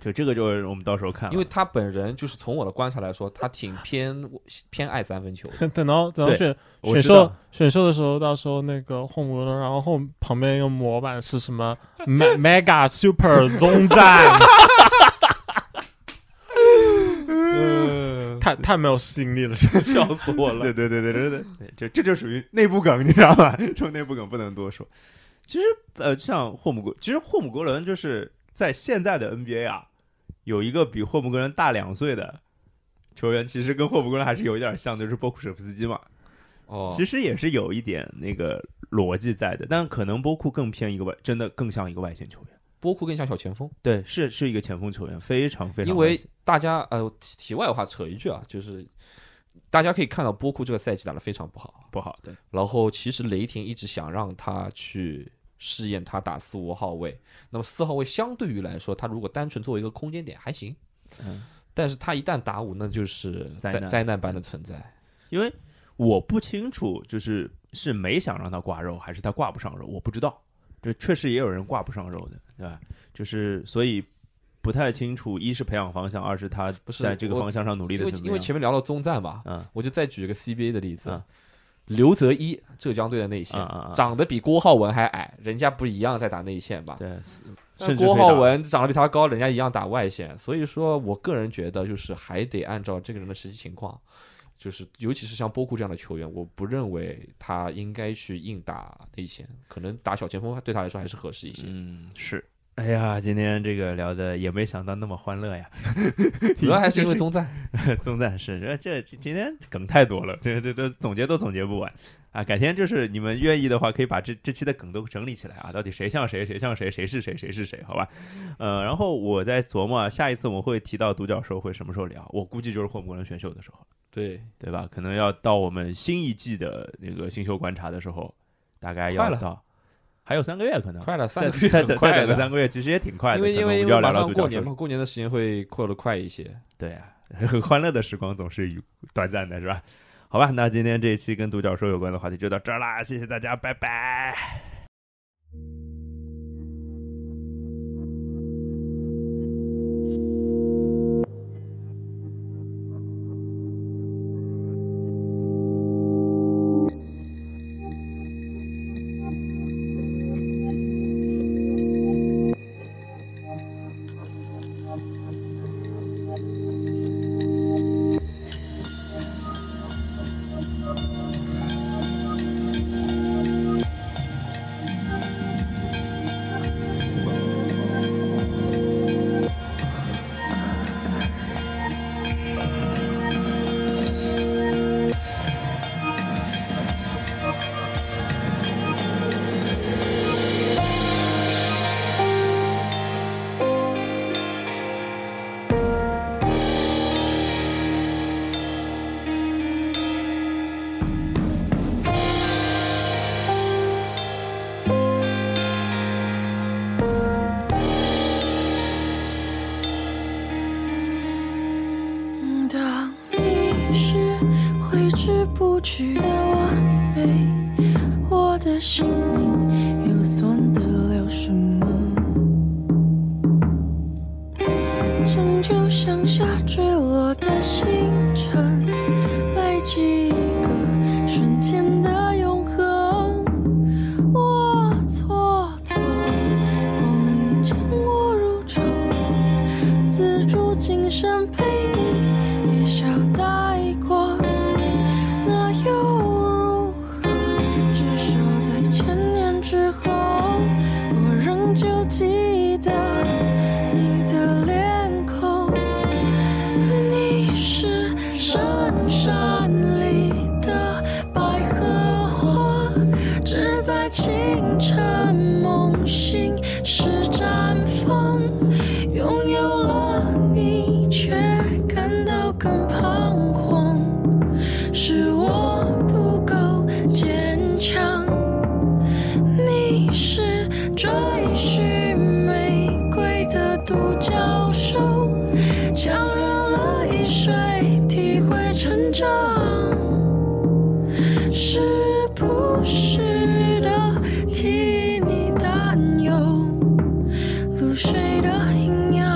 就这个就是我们到时候看了，
因为他本人就是从我的观察来说，他挺偏偏爱三分球的。
[laughs] 等到等到
对
选
我
选
知道
秀选秀的时候，到时候那个 home 然后 home 旁边一个模板是什么 [laughs] Me- mega super zone [laughs] 赞，太太没有吸引力了，真是。
笑死我
对！对对对对对对，这这就属于内部梗，你知道吧？ [laughs] 这种内部梗不能多说。其实呃，像霍姆格，其实霍姆格伦就是在现在的 NBA 啊，有一个比霍姆格伦大两岁的球员，其实跟霍姆格伦还是有一点像，就是波库舍夫斯基嘛，
[laughs] 哦，
其实也是有一点那个逻辑在的，但可能波库更偏一个外，真的更像一个外线球员。
波库更像小前锋，
对，是是一个前锋球员，非常非常
因
外
为
线
大家呃，题题外话扯一句啊，就是大家可以看到波库这个赛季打得非常不好，
不好，对，
然后其实雷霆一直想让他去试验他打四五号位，那么四号位相对于来说，他如果单纯作为一个空间点还行，
嗯
但是他一旦打五，那就是
灾
灾
难
灾难般的存在。
因为我不清楚，就是是没想让他挂肉，还是他挂不上肉，我不知道。这确实也有人挂不上肉的，对吧？就是所以不太清楚，一是培养方向，二是他
不是
在这个
我
方向上努力
因
的
为
怎么样？
因为前面聊到中战嘛，
嗯
我就再举一个 CBA 的例子，
嗯
刘泽一，浙江队的内线，
啊啊啊
长得比郭浩文还矮，人家不一样在打内线吧？
对，
但
甚至
郭
可以打
浩文长得比他高，人家一样打外线，所以说我个人觉得就是还得按照这个人的实际情况，就是尤其是像波库这样的球员，我不认为他应该去硬打内线，可能打小前锋对他来说还是合适一些。
嗯，是。哎呀，今天这个聊的也没想到那么欢乐呀，
主要还是因为中战，
总赞是这这这今天梗太多了，这这这总结都总结不完啊！改天就是你们愿意的话，可以把这这期的梗都整理起来啊，到底谁像谁，谁像谁，谁是谁，谁是谁，好吧？呃，然后我在琢磨啊，下一次我们会提到独角兽会什么时候聊，我估计就是霍姆格伦选秀的时候，
对，
[laughs] 对吧？可能要到我们新一季的那个新秀观察的时候，大概
快
要
了
到还有三个月，可能
快了三
再
个月
再
很
等
快
再
的
等个三个月，其实也挺快的，
因为
可能
因
我
为
们
因
就要
为
聊
马
聊
上
独
过
角
年
兽
嘛，过年的时间会过得快一些。
对啊， [laughs] 欢乐的时光总是愉短暂的，是吧？好吧，那今天这一期跟独角兽有关的话题就到这儿啦，谢谢大家，拜拜。
当你是挥之不去的完美，我的性命又算得了什么？拯救向下坠落的星辰，累积一个瞬间的永恒。我蹉跎，光阴将我如舟。自助今生陪你一笑带过，那又如何？至少在千年之后，我仍旧记得你的脸孔。你是深山里的百合花，只在清晨梦醒时绽放。拥有了你，却感到更彷徨，是我不够坚强。你是追寻玫瑰的独角兽，强忍了一水，体会成长。是不是的替你担忧？露水的营养。